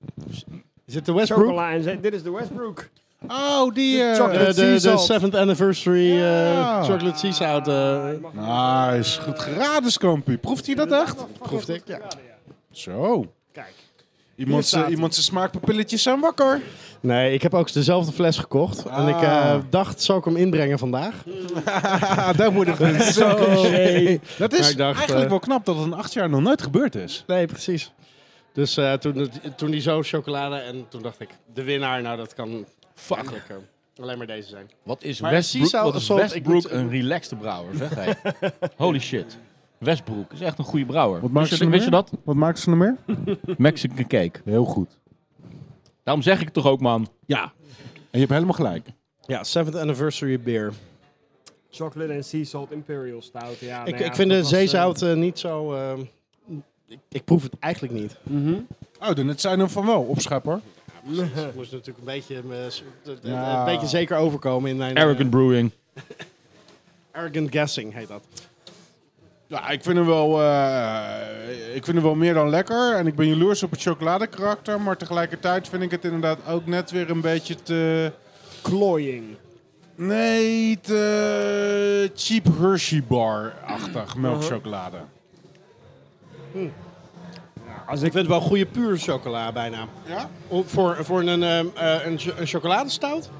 Is het de Westbrook? Chocola en zee. Dit is de Westbrook. Oh, die... eh, Eh, de, de, sea salt. 7th anniversary eh, Ja. chocolate sea salt. eh, nou. Ah. Nice, goed geraden, Scampy. Proeft hij dat echt? proefde ik, ja. Zo. Kijk. Iemand staat zijn hij. iemand zijn smaakpapilletjes zijn wakker. Nee, ik heb ook dezelfde fles gekocht. En ik eh, Ah. dacht, zal ik hem inbrengen vandaag? Ah, dat moet ik doen. Zo. nee. Dat is Maar ik dacht, eigenlijk eh, wel knap dat het in acht jaar nog nooit gebeurd is. Nee, precies. Dus eh, toen, het- toen die zo chocolade en toen dacht ik, de winnaar, nou dat kan makkelijk eh, alleen maar deze zijn. Wat is Maar Westbrook, Seasalt wat is Assault, ik Westbrook moet- een relaxte brouwer, zeg hij. Holy shit. Westbrook is echt een goede brouwer. Wat maken wist, je, ze er wist je meer? dat? Wat maken ze er meer? Mexican cake. Heel goed. Daarom zeg ik het toch ook, man. Ja. En je hebt helemaal gelijk. Ja, 7th anniversary beer. Chocolate en sea salt imperial stout. Ja, nou ik, ja, ik vind dat de was, zeezout eh, niet zo... eh, ik, ik proef het eigenlijk niet. eh, mhm. Oh, dan het zijn hem van wel, opschepper. Dus Ik moest natuurlijk een beetje, eh, s- de- de- Ja. een beetje zeker overkomen in mijn... eh, Arrogant Brewing. arrogant guessing heet dat. Ja, ik vind, hem wel, eh, ik vind hem wel meer dan lekker. En ik ben jaloers op het chocoladekarakter. Maar tegelijkertijd vind ik het inderdaad ook net weer een beetje te... Klooiing. Nee, te cheap Uh-huh. Hershey bar-achtig melkchocolade. Ja. als Ik ik, vind het wel goede puur chocola bijna. Ja? Om- Voor, voor een, ehm, eh, een, cho- een chocoladestout?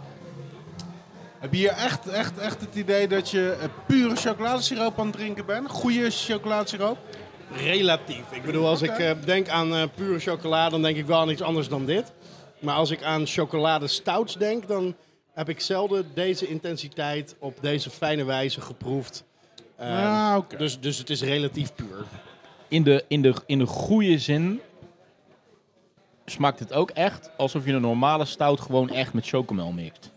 Heb je hier echt, echt, echt het idee dat je eh, pure chocoladesiroop aan het drinken bent? Goede chocoladesiroop? Relatief. Ik bedoel, als Oké. ik eh, denk aan eh, pure chocola, dan denk ik wel aan iets anders dan dit. Maar als ik aan chocoladestouts denk, dan heb ik zelden deze intensiteit op deze fijne wijze geproefd. Ehm, Ah, oké. dus, dus het is relatief puur. in de, in, de, in de goede zin smaakt het ook echt alsof je een normale stout gewoon echt met chocomel mixt.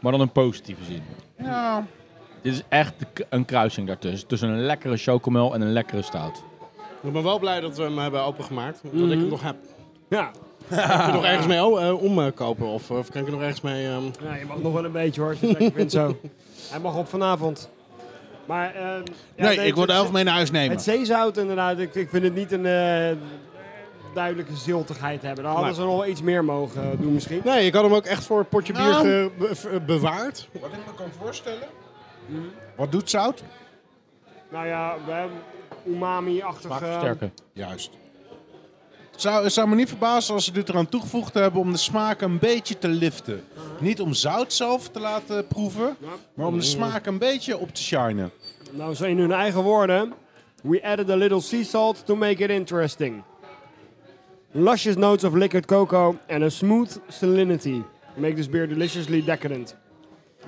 Maar dan in positieve zin. Nou, Dit is echt de k- een kruising daartussen. Tussen een lekkere chocomel en een lekkere stout. Ik ben wel blij dat we hem hebben opengemaakt. Dat ik hem nog heb. ja. Kan ik er nog ergens mee o- eh, omkopen? Of, of kan ik er nog ergens mee... ehm, ja, je mag nog wel een beetje hoor, als je het lekker vindt zo. Hij mag op vanavond. Maar, ehm, ja, nee, ik wil de het- elf mee naar huis nemen. Het zeezout inderdaad, ik, ik vind het niet een eh, duidelijke ziltigheid hebben. Daar hadden ze nog wel iets meer mogen eh, doen misschien. Nee, ik had hem ook echt voor een potje bier Nou. ge- be- ver- bewaard. Wat ik me kan voorstellen. Wat doet zout? Nou ja, we hebben umami-achtig... eh, Sterker. Juist. Het zou, het zou me niet verbazen als ze dit eraan toegevoegd hebben om de smaak een beetje te liften. Niet om zout zelf te laten proeven, maar om de smaak een beetje op te shinen. Nou, zo in hun eigen woorden. We added a little sea salt to make it interesting. Luscious notes of liquid cocoa and a smooth salinity. Make this beer deliciously decadent.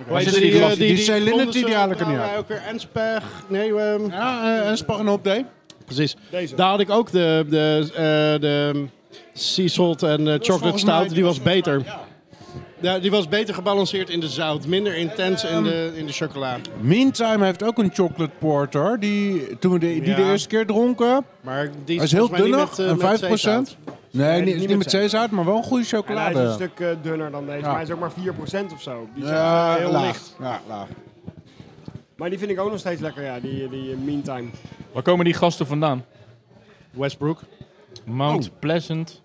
Weet zit die glas- die salinity, die haal ik er niet uit. nou, ook weer Enspeg. Nee, ehm, Ja, eh, en spag en op, nee. precies. Deze. Daar had ik ook de, de, eh, de sea salt en eh, chocolate volgens mij- stout. Die was beter. Ja. Ja, die was beter gebalanceerd in de zout. Minder intens in de, in de chocola. Meantime heeft ook een chocolate porter, die, toen we de, die Ja. de eerste keer dronken. Maar die Hij is heel volgens mij niet dunnig, met, eh, een met 5 zeezout. Nee, die niet, is niet niet met met zeezout, maar wel een goede En hij is een chocolade. stuk eh, dunner dan deze, Ja. maar hij is ook maar 4% of zo. Die is Ja, echt, eh, heel laag. licht. Ja, laag. Maar die vind ik ook nog steeds lekker, ja, die, die eh, meantime. Waar komen die gasten vandaan? Westbrook. Mount Pleasant.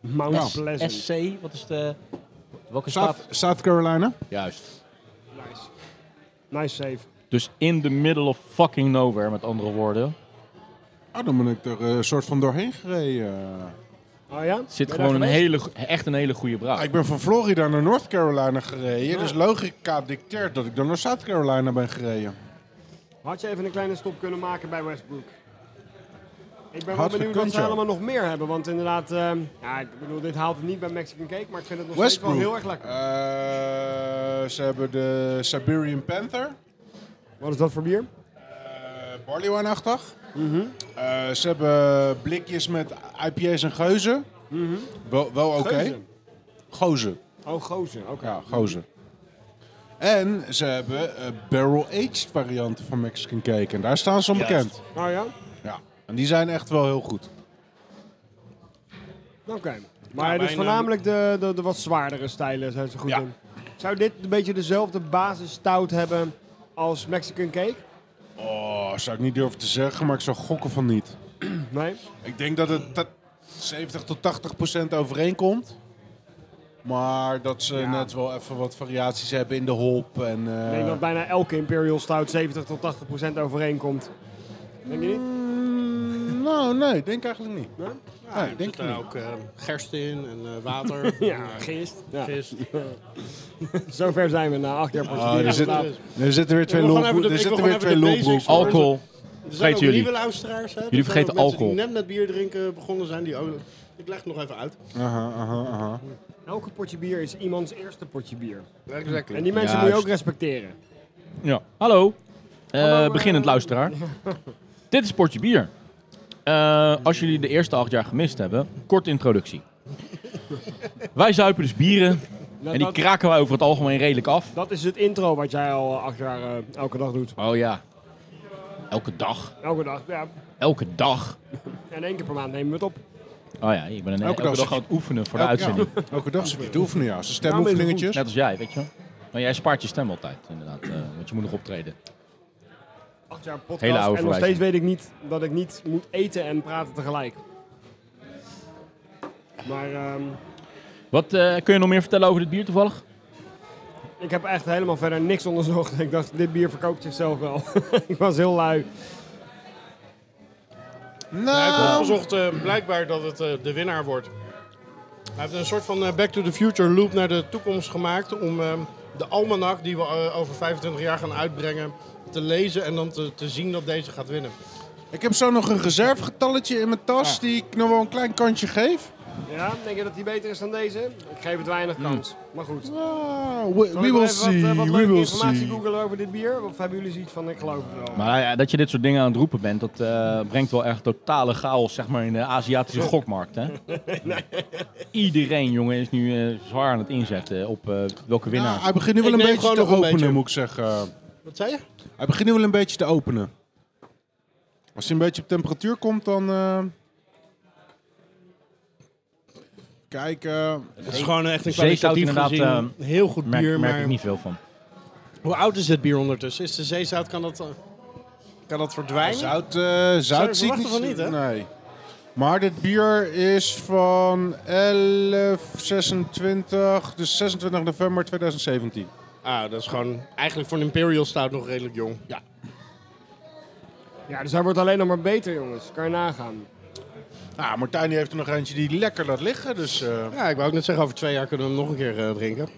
Mount Ja. Pleasant. SC. Wat is de... Welke South, staat? South Carolina? Juist. Nice. Nice save. Dus in the middle of fucking nowhere, met andere woorden. Oh, dan ben ik er eh, een soort van doorheen gereden. Oh ja? Zit Ben je gewoon een daar geweest? hele, go- echt een hele goede brouw. Ah, ik ben van Florida naar North Carolina gereden, dus logica dicteert dat ik dan naar South Carolina ben gereden. Had je even een kleine stop kunnen maken bij Westbrook? Ik ben Had wel benieuwd wat gekund, ze ja. allemaal nog meer hebben. Want inderdaad, ehm, ja, ik bedoel, dit haalt het niet bij Mexican Cake, maar ik vind het nog steeds wel heel erg lekker. Eh, ze hebben de Siberian Panther, Wat is dat voor bier? eh barley wine-achtig. Eh, ze hebben blikjes met IPA's en geuzen. Mhm. Wel, wel oké. Geuzen? Gozen. Oh, gozer. Oké. Ja, gozen. En ze hebben eh, barrel-aged varianten van Mexican cake. En daar staan ze onbekend. Nou ja? Ja. En die zijn echt wel heel goed. Oké. Maar dus voornamelijk de, de, de wat zwaardere stijlen zijn ze goed ehm, Ja. in. Zou dit een beetje dezelfde basisstout hebben als Mexican Cake? Oh, zou ik niet durven te zeggen, maar ik zou gokken van niet. Nee? Ik denk dat het ta- 70 tot 80 procent overeenkomt. Maar dat ze Ja. net wel even wat variaties hebben in de hop. En, eh, Ik denk dat bijna elke Imperial Stout 70 tot 80 procent overeenkomt. Denk je niet? Mm, nou, nee, denk eigenlijk niet. Nee? Nee, Er denk zit ik niet. daar ook eh, gerst in en eh, water. Ja, gist. Ja. Gist. Zover zijn we na acht jaar Oh, procedure. er, zit, geslaagd. er zitten weer twee wil gewoon even lolbroe- de- er ik zitten wil gewoon weer even twee de lolbroeken. basics horen. Alcohol. Er zijn Vergeet ook jullie. nieuwe luisteraars. Hè? Er Jullie zijn ook vergeten mensen alcohol. die net met bier drinken begonnen zijn. Die ook, ik leg het nog even uit. Aha, aha, aha. Elke potje bier is iemands eerste potje bier. Exactly. En die mensen moet je ook respecteren. Ja. Hallo. Eh, Hallo, beginnend eh. luisteraar. Dit is Portje Bier. Eh, als jullie de eerste acht jaar gemist hebben, korte introductie. wij zuipen dus bieren en die Nou, dat, kraken wij over het algemeen redelijk af. dat is het intro wat jij al eh, acht jaar eh, elke dag doet. Oh ja. Elke dag. Elke dag, ja. Elke dag. En één keer per maand nemen we het op. Oh ja, ik ben een, elke, dag dag zit- aan het oefenen voor de Elke, uitzending. ja, elke dag zit je te oefenen, ja. Ze Ja, stemoefeningetjes. Net als jij, weet je wel. Maar jij spaart je stem altijd, inderdaad. eh, want je moet nog optreden. Acht jaar podcast. Hele oude en nog steeds verwijzing. weet ik niet dat ik niet moet eten en praten tegelijk. Maar ehm, Wat eh, kun je nog meer vertellen over dit bier toevallig? ik heb echt helemaal verder niks onderzocht. Ik dacht, dit bier verkoopt zichzelf wel. ik was heel lui. Hij heeft Nou, opgezocht eh, blijkbaar dat het eh, de winnaar wordt. Hij heeft een soort van eh, Back to the Future loop naar de toekomst gemaakt om eh, de almanak die we eh, over 25 jaar gaan uitbrengen te lezen en dan te, te zien dat deze gaat winnen. ik heb zo nog een reservegetalletje in mijn tas die ik nog wel een klein kantje geef. Ja, denk je dat die beter is dan deze? Ik geef het weinig kans. Maar goed. Ah, Zal we we ik Hmm. will nog even see, Wat, eh, wat we leuke will informatie see. googelen over dit bier? Of hebben jullie zoiets van, ik geloof het wel? Maar Nou ja, dat je dit soort dingen aan het roepen bent, dat eh, brengt wel echt totale chaos zeg maar, in de Aziatische gokmarkt. Hè? Iedereen, jongen, is nu eh, zwaar aan het inzetten op eh, welke winnaar. Ja, hij begint nu wel Ik een neem beetje gewoon te nog een openen, beetje. moet ik zeggen. Wat zei je? Hij begint nu wel een beetje te openen. Als hij een beetje op temperatuur komt, dan... eh, Kijk, eh, Het is gewoon echt een Zeekoud kwalitatief inderdaad, gezien eh, heel goed merk, bier, merk maar ik niet veel van. hoe oud is dit bier ondertussen? Dus Is de zeezout, kan dat, eh, kan dat verdwijnen? zout, eh zout zie ik verwachten niet. van niet, hè? Nee. Maar dit bier is van 1126, dus 26 november 2017. Ah, dat is gewoon eigenlijk voor een Imperial Stout nog redelijk jong. Ja. Ja, dus hij wordt alleen nog maar beter, jongens. Kan je nagaan. Nou, Martijn die heeft er nog eentje die lekker laat liggen, dus... eh, Ja, ik wou ook net zeggen, over twee jaar kunnen we hem nog een keer eh, drinken.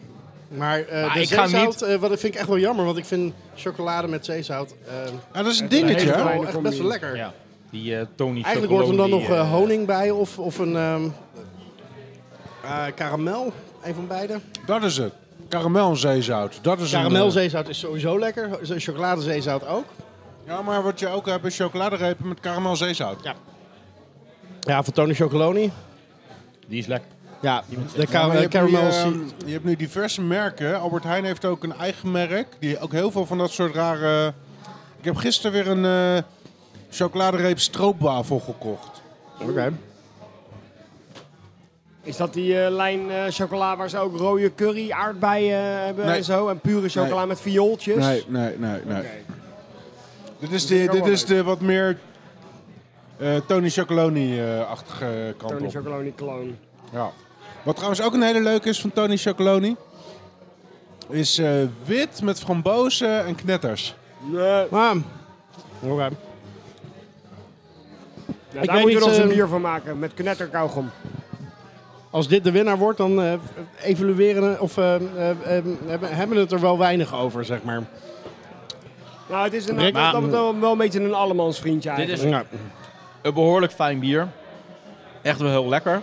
Maar, eh de ik ga zeezout, niet- eh, wat, dat vind ik echt wel jammer, want ik vind chocolade met zeezout eh, Ja, Ah, dat is Echt een dingetje, een hè? hele wel fijne echt combi. best wel lekker. Ja, die eh, Tony Eigenlijk hoort hem dan nog Chocolonely, eh, eh, honing bij of, of een ehm eh, karamel, een van beide. Dat is het. Karamel en zeezout. Dat is een, eh, Karamelzeezout is sowieso lekker, Zo- chocoladezeezout ook. Ja, maar wat je ook hebt is chocoladerepen met karamel zeezout. Ja. Ja, van Tony Chocoloni. eh, Die is lekker. Ja, de Maar je, kar- hebt nu, karamel... eh, je hebt nu diverse merken. Albert Heijn heeft ook een eigen merk. Die ook heel veel van dat soort rare... Ik heb gisteren weer een eh, chocoladereep stroopwafel gekocht. Oké. Is dat die eh, lijn eh, chocola waar ze ook rode curry, aardbeien eh, hebben Nee. en zo? En pure chocola Nee. met viooltjes? Nee, nee, nee, nee. Oké. Dus- Dit is, vind de, ik ook dit wel is de wat meer eh, Tony Chocoloni-achtige kant Tony op. Chocoloni clone. Ja. Wat trouwens ook een hele leuke is van Tony Chocoloni... is eh, wit met frambozen en knetters. Nee. Maar, Nou, Ik daar weet moet je niet, nog eens een eh, bier van maken met knetterkauwgom. als dit de winnaar wordt, dan eh, evalueren we- of eh, eh, eh, hebben, hebben we het er wel weinig over, zeg maar. Nou, het is een, Rick, dat betekent wel, wel een beetje een allemans vriendje Dit eigenlijk. is Ja. een behoorlijk fijn bier. Echt wel heel lekker.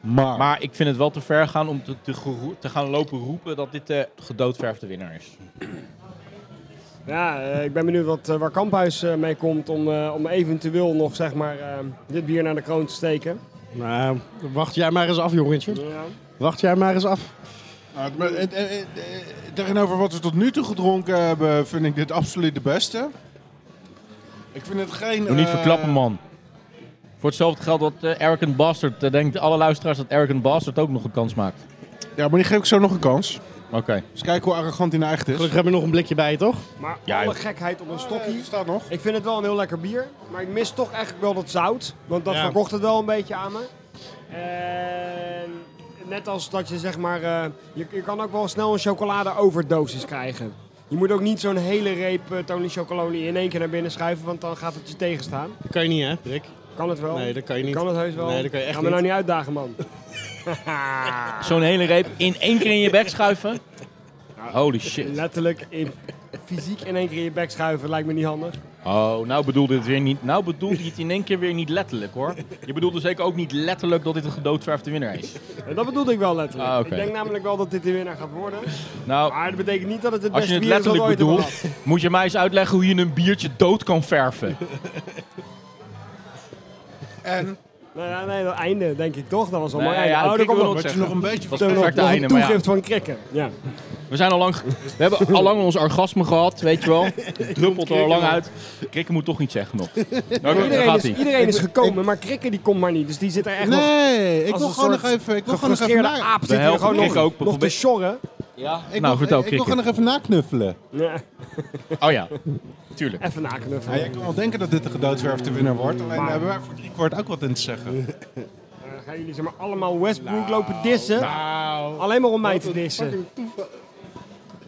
Maar... Maar ik vind het wel te ver gaan om te, te, geroe- te gaan lopen roepen dat dit de gedoodverfde winnaar is. Ja, eh, ik ben benieuwd wat, eh, waar Kamphuis eh, mee komt om, eh, om eventueel nog zeg maar, eh, dit bier naar de kroon te steken. Nou, wacht jij maar eens af, jongetje. Wacht jij maar eens af. Nou, het- maar het- eh, eh, eh, Tegenover wat we tot nu toe gedronken hebben, vind ik dit absoluut de beste. Ik vind het geen. Doe niet eh, verklappen, man. Voor hetzelfde geld dat eh, Arrogant Bastard... eh, denkt alle luisteraars dat Arrogant Bastard ook nog een kans maakt. Ja, maar die geef ik zo nog een kans. Oké. Eens kijken hoe arrogant hij nou echt is. Gelukkig hebben we nog een blikje bij, toch? Maar Ja, alle joh. gekheid op een stokje. staat nog. Ik vind het wel een heel lekker bier, maar ik mis toch eigenlijk wel dat zout. Want dat Ja. verkocht het wel een beetje aan me. En net als dat je zeg maar, eh, je, je kan ook wel snel een chocolade overdosis krijgen. Je moet ook niet zo'n hele reep eh, Tony Chocoloni in één keer naar binnen schuiven, want dan gaat het je tegenstaan. Dat kan je niet, hè, Rick? Kan het wel? Nee, dat kan je niet. Kan het heus wel? Nee, dat kan je echt Ga me nou niet. niet uitdagen, man. Zo'n hele reep in één keer in je bek schuiven. Holy shit. Letterlijk in, fysiek in één keer in je bek schuiven lijkt me niet handig. Oh, nou bedoelde dit weer niet. Nou bedoelde je het in één keer weer niet letterlijk hoor. Je bedoelde zeker ook niet letterlijk dat dit een gedoodverfde winnaar is. En dat bedoelde ik wel letterlijk. Ah, oké. Ik denk namelijk wel dat dit de winnaar gaat worden. Nou, Maar dat betekent niet dat het het als je beste het bier is dat we letterlijk ooit hebben bedoelt, gehad. moet je mij eens uitleggen hoe je een biertje dood kan verven. En Nou ja, nee, dat einde denk ik toch. Dat was allemaal Nee, einde. ja, dat oh, daar kikken komt we nog. nog. wat je zeggen. nog een beetje Dat van is Nog perfect nog een einde, maar ja. toegift van krikken. Ja. We zijn al lang, we hebben al lang ons orgasme gehad, weet je wel. Het druppelt er al lang uit. Krikken moet toch niet zeggen nog. Oké, daar Iedereen, gaat is, hij. iedereen is gekomen, maar krikken die komt maar niet. Dus die zit er echt nog Nee, ik als wil een gewoon nog soort even. Ik wil gewoon nog even. gefrustreerde Na, aap zit er helft gewoon nog, Krikken ook nog te probeer- sjorren. ik Nou, vertel, wil, ik, ik wil Krikken. gewoon nog even naknuffelen. Ja, Oh ja, tuurlijk. even naknuffelen. Ja, jij kan wel denken dat dit de gedoodverfde winnaar wordt. Alleen daar hebben wij voor drie kwart ook wat in te zeggen. Dan Eh, gaan jullie zeg maar allemaal Westbrook Nou. lopen dissen. Alleen maar om mij te dissen.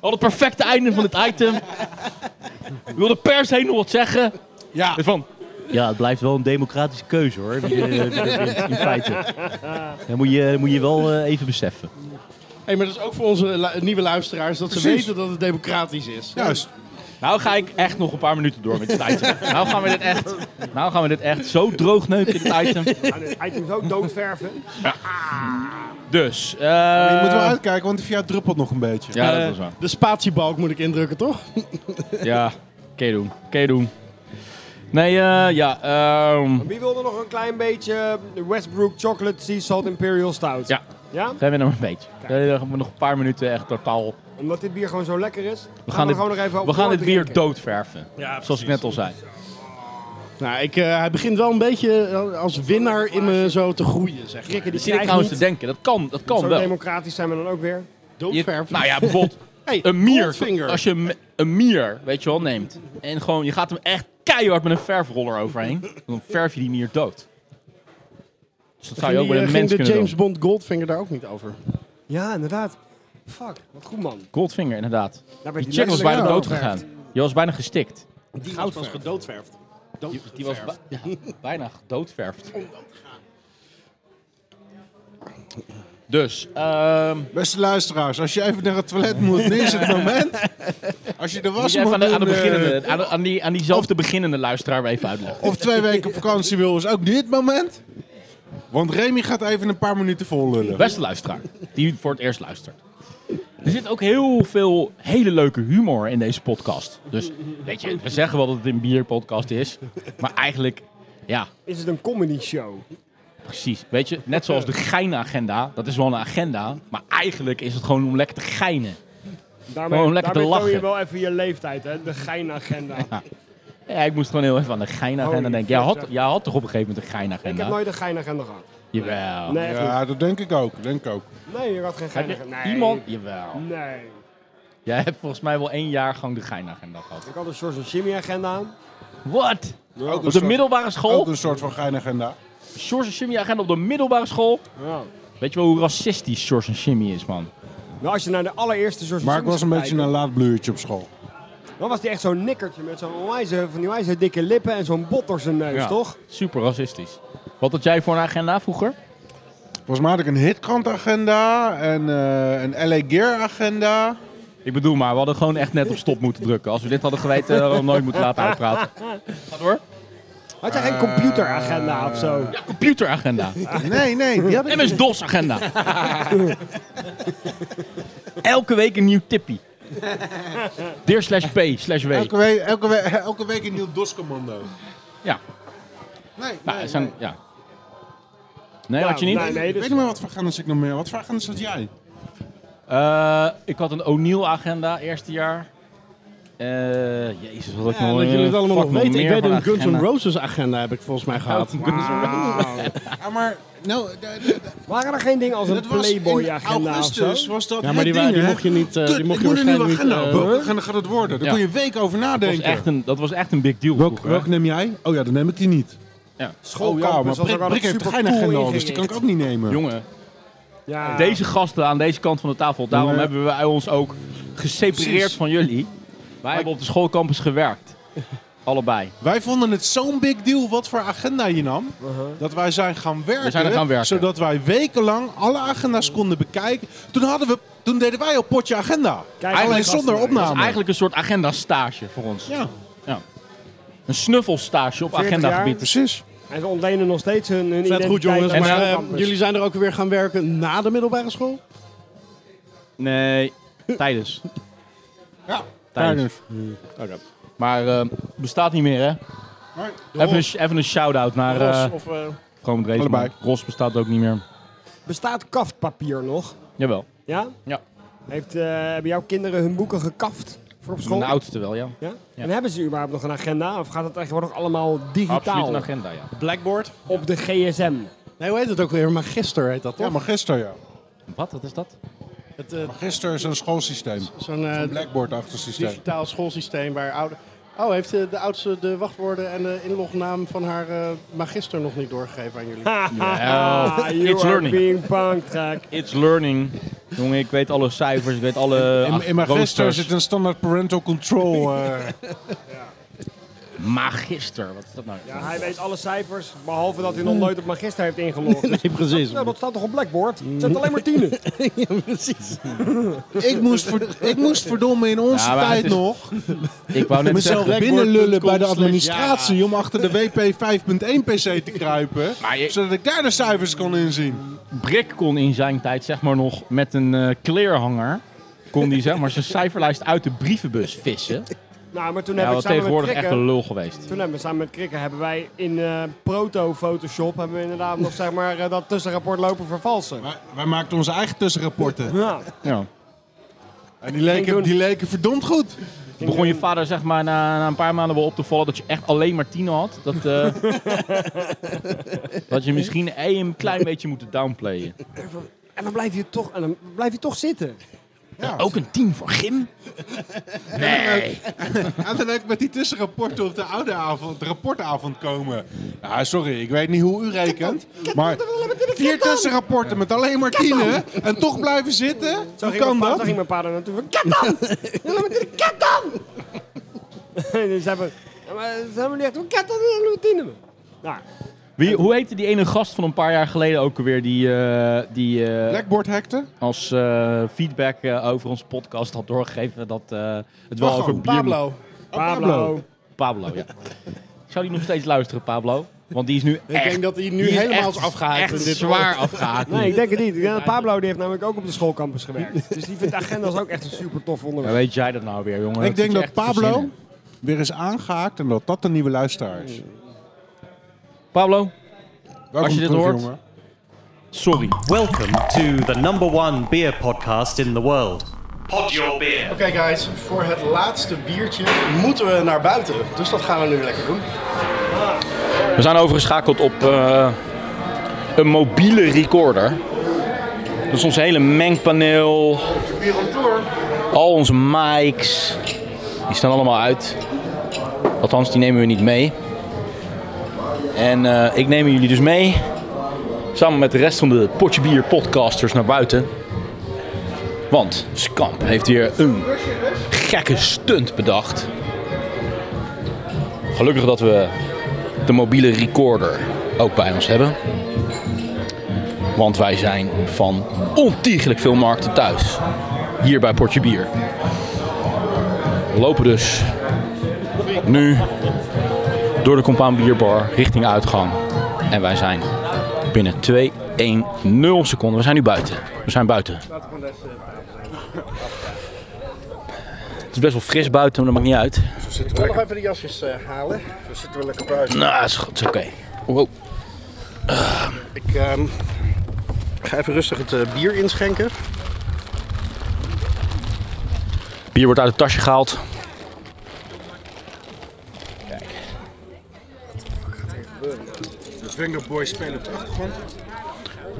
Al het perfecte einde van het item. Wil de pers helemaal wat zeggen? Ja, Dus van, Ja, het blijft wel een democratische keuze hoor. eh, Wie de- wie de wint, in feite. Dat moet je, moet je wel eh, even beseffen. Hey, maar dat is ook voor onze lu- nieuwe luisteraars dat ze Precies. weten dat het democratisch is. Juist. Nou ga ik echt nog een paar minuten door met dit item. nou, gaan we dit echt, nou gaan we dit echt zo droog neuken, dit item. Hij doet ook doodverven. Dus, eh, je moet wel uitkijken, want de via druppelt nog een beetje. Ja, dat Eh, was waar. De spatiebalk moet ik indrukken, toch? Ja, kan je doen. Kan je doen. Nee, eh, ja. ehm Wie wilde nog een klein beetje eh, Westbrook Chocolate Sea Salt Imperial Stout? Ja. Ja? Zijn we nog een beetje. Eh, Dan gaan we nog een paar minuten echt totaal. Omdat dit bier gewoon zo lekker is. gaan We gaan gaan dit- dit, gewoon nog even op We gaan dit bier doordrinken. doodverven. zoals ik net al zei. Nou, ik, eh, hij begint wel een beetje eh, als winnaar in me zo te groeien, zeg maar. Rikke, Dat die zit ik krijgt trouwens te niet. denken. Dat kan, dat kan Zo wel. democratisch zijn we dan ook weer. Je- Doodverf. nou ja, bijvoorbeeld Hey, een mier. Goldfinger. Als je een- een mier, weet je wel, neemt. En gewoon, je gaat hem echt keihard met een verfroller overheen. Dan verf je die mier dood. Dus dat zou je ook Ging met die, een eh, mens ging de kunnen James doen. Bond Goldfinger daar ook niet over? Ja, inderdaad. Fuck, wat goed man. Goldfinger, inderdaad. Daar werd Die chick was letterlijk bijna dood doodverfd. gegaan. Je was bijna gestikt. Die goud was gedoodverfd. Die, Dus die was ba- ja, bijna gedoodverfd. Dus, ehm, Beste luisteraars, als je even naar het toilet moet, nu is het moment. Als je de moet was je even moet aan, de, aan, de doen, eh, beginnende, aan, de- aan die, aan diezelfde beginnende luisteraar weer even uitleggen. of twee weken op vakantie wil, is ook nu het moment. Want Remy gaat even een paar minuten vol lullen. Beste luisteraar, die voor het eerst luistert. Er zit ook heel veel hele leuke humor in deze podcast. Dus weet je, we zeggen wel dat het een bierpodcast is. Maar eigenlijk, ja, Is het een comedy show? precies. Weet je, net zoals de geinagenda. Dat is wel een agenda. Maar eigenlijk is het gewoon om lekker te geinen. Daarmee, Gewoon lekker te daarmee toon je lachen. wel even je leeftijd, hè? De geinagenda. Ja, ik moest gewoon heel even aan de geinagenda Holy denken. Jij fuck, had, zeg. jij had toch op een gegeven moment een Ik geinagenda? heb nooit een geinagenda gehad. Jawel. Nee, echt Ja, dat denk ik ook. Denk ik ook. niet. Nee, je had geen Oh. Heb je- geinagenda. Nee. Iemand? Jawel. Nee. Jij hebt volgens mij wel één jaar gang de geinagenda gehad. Ik had een soort Jimmy-agenda. Wat? Ook een Op de soort- middelbare Ook school? een soort van geinagenda. George en Jimmy agenda op de middelbare school? Ja. Weet je wel hoe racistisch George en Jimmy is, man? Nou, als je naar de allereerste soort Maar ik was een beetje een laadbloeiertje op school. Dan was hij echt zo'n nikkertje met zo'n onwijze, van die wijze dikke lippen en zo'n bot door zijn neus, toch? Super racistisch. Wat had jij voor een agenda vroeger? Volgens mij had ik een hitkrantagenda en eh, een LA Gear agenda. Ik bedoel maar, we hadden gewoon echt net op stop moeten drukken. Als we dit hadden geweten, hadden we hem nooit moeten laten uitpraten. Gaat door. Had jij Eh, geen computeragenda of zo? Ja, computeragenda. Nee, nee, die had ik MS-DOS agenda. Elke week een nieuw tippie. Deer slash P slash W. Elke week, elke, week, elke week een nieuw DOS-commando. Ja. Nee, Nou, nee, zijn, nee. ja. Nee, Ja, had je niet? Nou, Nee, nee, Weet dus je maar wat voor agendas ik nog meer? Wat voor agendas had jij? Eh, ik had een O'Neill-agenda, eerste jaar. Eh, jezus, wat had ik Ja, nog dat jullie het allemaal fuck, nog weten. Ik meer weet van een Guns N' agenda. Roses agenda heb ik volgens mij gehad. Ja, maar, nou, d- d- d- waren er geen dingen als een dat was in Playboy-agenda of zo? augustus, was dat Ja, maar die, het wa- ding, die hè? mocht je niet. eh, Kut, die mocht ik je moet een nieuwe waarschijnlijk niet, agenda. eh, Welke agenda gaat het worden? Daar Ja. kon je een week over Dat nadenken. was, echt een, dat was echt een big deal Welk, vroeger, welk hè? neem jij? Oh ja, dan neem ik die niet. Oh ja, maar was ook Brik, altijd Brik heeft er super geen cool agenda al, dus die kan ingericht. ik ook niet nemen. Jongen, Ja. deze gasten aan deze kant van de tafel, daarom Jongen. hebben wij ons ook gesepareerd Precies. van jullie. Wij hebben op de schoolcampus gewerkt. Allebei. Wij vonden het zo'n big deal wat voor agenda je nam. Dat wij Uh-huh. zijn gaan werken, Uh-huh. We zijn er gaan werken. Zodat wij wekenlang alle agenda's konden bekijken. Toen, hadden we, toen deden wij al potje agenda. Alleen gasten, zonder dat is Dat is opname. eigenlijk een soort agenda-stage voor ons. Ja, Een snuffelstage op 40 jaar. agendagebied. precies. En ze ontlenen nog steeds hun, hun Vet identiteit goed, jongens. aan En, de Dus Maar eh, campus. jullie zijn er ook weer gaan werken na de middelbare school? Nee, tijdens. Ja, tijdens. Maar eh, bestaat niet meer, hè? Maar de Even een, Ros- sh- even een shout-out naar Ros eh of, eh, Vroom Dreesman. Allebei. Ros bestaat ook niet meer. Bestaat kaftpapier nog? Jawel. Ja? Ja. Heeft, eh, hebben jouw kinderen hun boeken gekaft voor op school? De oudste wel, ja. ja? Nou, Ja. En hebben ze überhaupt nog een agenda? Of gaat dat tegenwoordig allemaal Absoluut digitaal een agenda, ja. Blackboard? op de gsm? Nee, hoe heet het ook weer? Magister heet dat toch? ja, magister ja. Wat? Wat is dat? Het, eh, Magister is een schoolsysteem. Zo'n eh, Een blackboard-achtig systeem. digitaal schoolsysteem waar ouder... Oh, heeft eh, de oudste de wachtwoorden en de inlognaam van haar eh, magister nog niet doorgegeven aan jullie? Ja, Ah, you it's are learning. being punked, Raak. It's learning. Jongen, ik weet alle cijfers, ik weet alle In, in magister roosters. zit een standaard parental control. eh. Magister, wat is dat nou? Ja, hij weet alle cijfers, behalve dat hij nog nooit op magister heeft ingelogd. Nee, precies. Nou, dat staat toch op Blackboard? Het zijn alleen maar tienen. Ja, precies. Ik moest, verd- ik moest verdomme in onze Ja, maar het tijd is- nog Ik wou net mezelf zeggen... binnenlullen bij de Blackboard.com/java. administratie om achter de WP 5.1 PC te kruipen. Maar je- Zodat ik daar de cijfers kon inzien. Brick kon in zijn tijd zeg maar nog met een eh kleerhanger... kon die zeg maar zijn cijferlijst uit de brievenbus vissen. Nou, maar toen Ja, heb wel ik samen met tegenwoordig echt een Krikke... lul geweest. Toen hebben we samen met Krikke hebben wij in eh proto-Photoshop hebben we inderdaad nog zeg maar eh, dat tussenrapport lopen vervalsen. Nou, Wij, wij maakten onze eigen tussenrapporten. Ja. Ja. En die Ging doen. leken, die leken verdomd goed. Begon je vader zeg maar na, na een paar maanden wel op te vallen dat je echt alleen maar tienen had? Dat, eh, dat je misschien eh, een klein beetje moet downplayen. En dan blijf je toch, en dan blijf je toch zitten. Ook een tien voor Gim? Nee. En dan ook met die tussenrapporten op de oude avond, de rapportavond komen. Ja, sorry, ik weet niet hoe u rekent. Maar vier tussenrapporten met alleen maar tienen en toch blijven zitten? Zo Hoe ging, mijn kan pa, zo dat? ging mijn pa er naartoe van, kat dan! Jullie moeten de kat dan! en dan zei we, ja, maar ze hebben niet echt, een kat dan, dan we tienen. Nou, Oh, Wie, hoe heette die ene gast van een paar jaar geleden ook alweer die, eh, die eh, Blackboard hackte? als eh, feedback eh, over onze podcast had doorgegeven dat eh, het wel Wacht, over oh, bier... Pablo. Pablo. Pablo. Pablo, ja. Zou die nog steeds luisteren, Pablo? Want die is nu Ik echt... denk dat hij nu die is helemaal echt- is afgehaakt. in Echt dit zwaar afgehaakt. Nee, ik denk het niet. Ik denk dat Pablo die heeft namelijk ook op de schoolcampus gewerkt. Dus die vindt agenda's ook echt een super tof Ja, onderwerp. weet jij dat nou weer, jongen? Ik denk zit dat je echt te Pablo verzinnen. weer is aangehaakt en dat dat de nieuwe luisteraar is. Pablo, Welkom Als je dit terug, hoort. jongen. sorry. Welcome to the number one beer podcast in the world. Pod your beer. Oké guys, voor het laatste biertje moeten we naar buiten. Dus dat gaan we nu lekker doen. We zijn overgeschakeld op eh, een mobiele recorder. Dus ons hele mengpaneel, Bier op door. al onze mics, die staan allemaal uit. Althans, die nemen we niet mee. En eh, ik neem jullie dus mee, samen met de rest van de Potje Bier podcasters, naar buiten. Want Skamp heeft weer een gekke stunt bedacht. Gelukkig dat we de mobiele recorder ook bij ons hebben. Want wij zijn van ontiegelijk veel markten thuis. Hier bij Portje Bier. We lopen dus nu door de Compound Bierbar richting uitgang. En wij zijn binnen 2, 1, 0 seconden. We zijn nu buiten. We zijn buiten. Het is best wel fris buiten, maar dat maakt niet uit. Ik nog even de jasjes eh, halen. Dan zitten we lekker buiten. Nou, is goed, is oké. Wow. Ik ehm, ga even rustig het eh, bier inschenken. Bier wordt uit het tasje gehaald. De Fingerboys spelen op de achtergrond.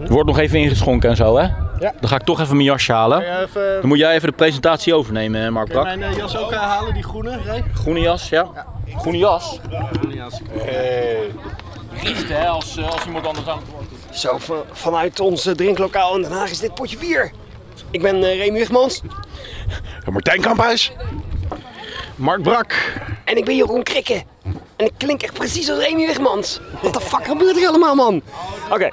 Er wordt nog even ingeschonken en zo, hè? Ja. Dan ga ik toch even mijn jasje halen. Ja, even Dan moet jij even de presentatie overnemen, hè, Mark Brak. mijn eh, jas ook eh, halen, die groene. Ray? Groene jas, ja. Groene jas. jas. Rieft, hè, als, eh, als iemand anders aan het woord is. Zo, van- vanuit ons eh, drinklokaal in Den Haag is dit potje bier. Ik ben eh, Remy Wigmans. Martijn Kamphuis. Mark Brak. En ik ben Jeroen Krikke. En ik klink echt precies als Remy Wigmans. Wat de fuck gebeurt er allemaal, man? Oké.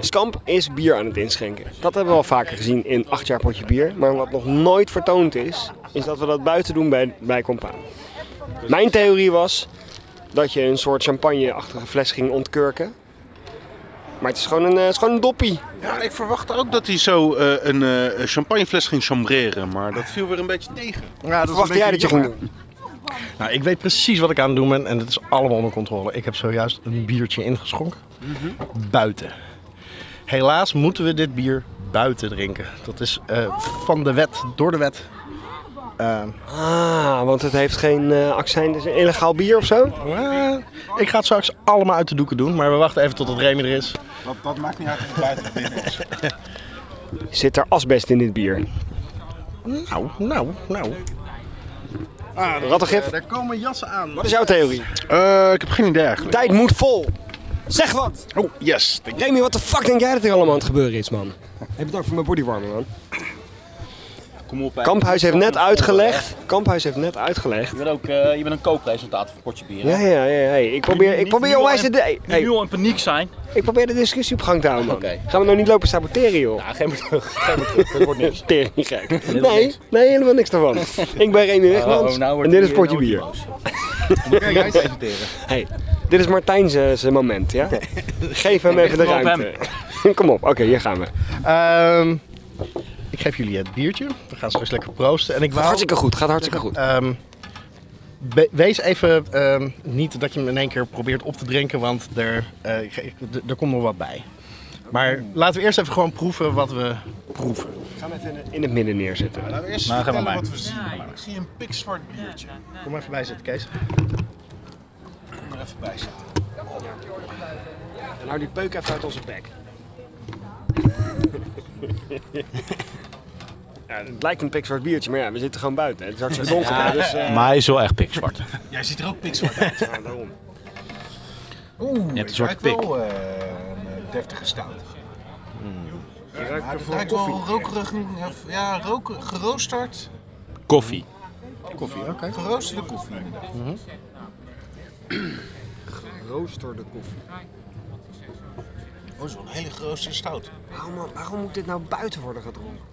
Skamp is bier aan het inschenken. Dat hebben we al vaker gezien in 8 jaar potje bier. Maar wat nog nooit vertoond is, is dat we dat buiten doen bij, bij Compaan. Mijn theorie was dat je een soort champagne-achtige fles ging ontkurken. Maar het is gewoon een, eh, het is gewoon een doppie. Ja, ik verwachtte ook dat hij zo eh, een eh, champagnefles ging chambreren, maar dat viel weer een beetje tegen. Ja, dat Verwacht jij dat je ging doen? Nou, ik weet precies wat ik aan het doen ben en het is allemaal onder controle. Ik heb zojuist een biertje ingeschonken. Mhm. Buiten. Helaas moeten we dit bier buiten drinken. Dat is eh, van de wet, door de wet. Ehm, Ah, want het heeft geen eh accent. Het is een illegaal bier of zo? eh, ik ga het straks allemaal uit de doeken doen, maar we wachten even tot het Remy er is. Dat, dat maakt niet uit of het buiten of binnen is. Zit er asbest in dit bier? Nou, nou, nou. Rattengift? Daar komen jassen aan. Wat is jouw theorie? Eh, ik heb geen idee eigenlijk. Tijd moet vol. Zeg wat. Oh, yes. Ik- Remy, wat de fuck denk jij dat er allemaal aan het gebeuren is, man? Hey, bedankt voor mijn bodywarmer, man. kom op. hè. Kamphuis heeft net Kom op, uitgelegd. Kamphuis heeft net uitgelegd. Je bent ook eh, je bent een kookpresentator voor een potje bier. hè? Ja, ja, ja. ja. Ik probeer, ik probeer, onwijs de, hey, Die nu al in paniek zijn. ik probeer de discussie op gang te houden, man. Oké. Gaan we nou niet lopen saboteren, joh? Ja, geef me terug. Geef me terug. Dat wordt niks. Tering gek. Nee, nee, helemaal niks Oh, nou daarvan. ik ben Remy Wegmans en dit is Potje Bier. Kan jij presenteren? Hey, dit is Martijn zijn moment, ja? Geef hem even de wel op ruimte. Kom op, oké, hier gaan we. Oh. Ehm, ik geef jullie het biertje. We gaan straks lekker proosten. En ik wou... Hartstikke goed, gaat hartstikke goed. Ehm, be- wees even, ehm, niet dat je hem in één keer probeert op te drinken, want er, eh, ik ge- d- er komt nog wat bij. Maar laten we eerst even gewoon proeven wat we proeven. Gaan we even in het midden neerzetten. Laten we eerst Maar ga maar vertellen bij. wat we zien. ik zie een pikzwart biertje. Kom even bij zitten, Kees. Kom er even bij zitten. En hou die peuk even uit onze bek. Ja, Eh, het lijkt een pikzwart biertje, maar ja, we zitten gewoon buiten. hè. Het is hartstikke donker, hè, dus... eh, Maar hij is wel echt pikzwart. Jij ziet er ook pikzwart uit. ja, daarom. Oeh, hebt een soort het ruikt wel eh, een eh, deftige stout. Je ruikt er Maar het vooral ruikt wel koffie. rokerig, ja, roker, geroosterd, eh, Koffie. koffie, geroosterde koffie. inderdaad. Roosterde koffie. Oh, zo'n hele geroosterde stout. Waarom, waarom moet dit nou buiten worden gedronken?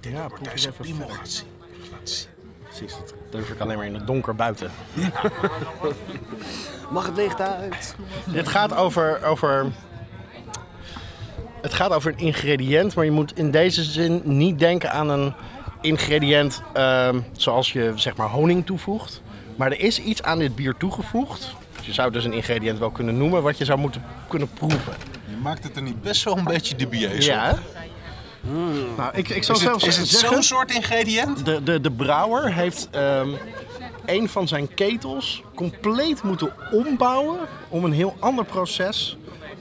Ja, Partij zijn piemel gaat zien. Laat zien. Precies, dat durf ik alleen maar in het donker buiten. Mag het licht uit? Dit gaat over, over... Het gaat over een ingrediënt, maar je moet in deze zin niet denken aan een ingrediënt ehm, zoals je zeg maar honing toevoegt. Maar er is iets aan dit bier toegevoegd. Je zou dus een ingrediënt wel kunnen noemen wat je zou moeten kunnen proeven. Je maakt het er niet best wel een beetje dubieus op. Ja. Hmm. Nou, ik, ik zal Is het, zelfs is het zeggen, zo'n soort ingrediënt? de, de, de brouwer heeft ehm, een van zijn ketels compleet moeten ombouwen om een heel ander proces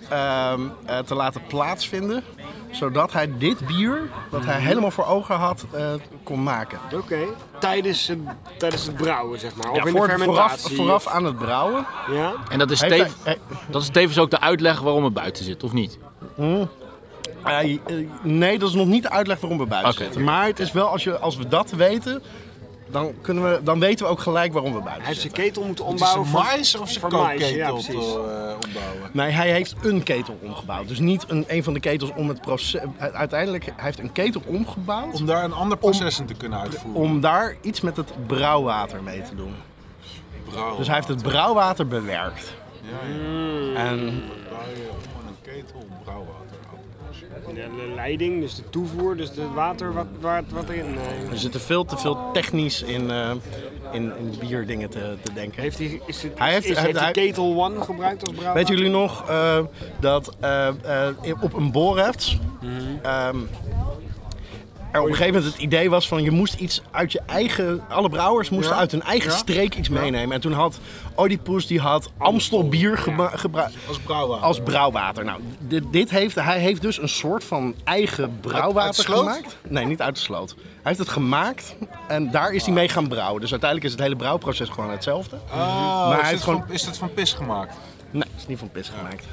ehm, eh, te laten plaatsvinden. Zodat hij dit bier, dat hij helemaal voor ogen had, eh, kon maken. Oké. Tijdens, het- tijdens het brouwen, zeg maar. Of in de Voor- vooraf, fermentatie. vooraf aan het brouwen. Ja? En dat is, heeft tevens, hij- dat is tevens ook de uitleg waarom het buiten zit, of niet? Eh, eh, nee, dat is nog niet de uitleg waarom we buiten Oké. zitten. Maar het is wel, als, je, als we dat weten, dan, kunnen we, dan weten we ook gelijk waarom we buiten Hij heeft zitten. zijn ketel moeten Het is ombouwen. een voor- mais of zijn voor mais, kookketel ja, eh, precies. ombouwen? Nee, hij heeft een ketel omgebouwd. Dus niet een, een van de ketels om het proces. Uiteindelijk, hij heeft een ketel omgebouwd om, Om daar een ander proces in te kunnen uitvoeren. daar iets met het brouwwater mee te doen. Brouw. Dus hij heeft het brouwwater bewerkt. En een ketel brouwwater. De, de leiding, dus de toevoer, dus het water wat, wat, wat erin. eh, er zitten veel te veel technisch in, eh, in, in bierdingen te, te denken. Heeft hij, is het, Hij heeft- is, is- hij- heeft hij hij- Ketel One gebruikt als brouwer? Weet jullie nog eh, dat eh, eh, op een boreft Mhm. ehm, er op een gegeven moment het idee was van je moest iets uit je eigen... Alle brouwers moesten uit hun eigen streek iets meenemen. En toen had Oedipus die had Amstel bier gebra- gebruikt Als brouwwater. als brouwwater. Nou, dit, dit heeft, hij heeft dus een soort van eigen brouwwater uit de sloot? gemaakt. Nee, niet uit de sloot. Hij heeft het gemaakt en daar is hij mee gaan brouwen. Dus uiteindelijk is het hele brouwproces gewoon hetzelfde. Ah. Oh, hij is, heeft dit gewoon- van, is dit van pis gemaakt? Nee, het is niet van pis gemaakt.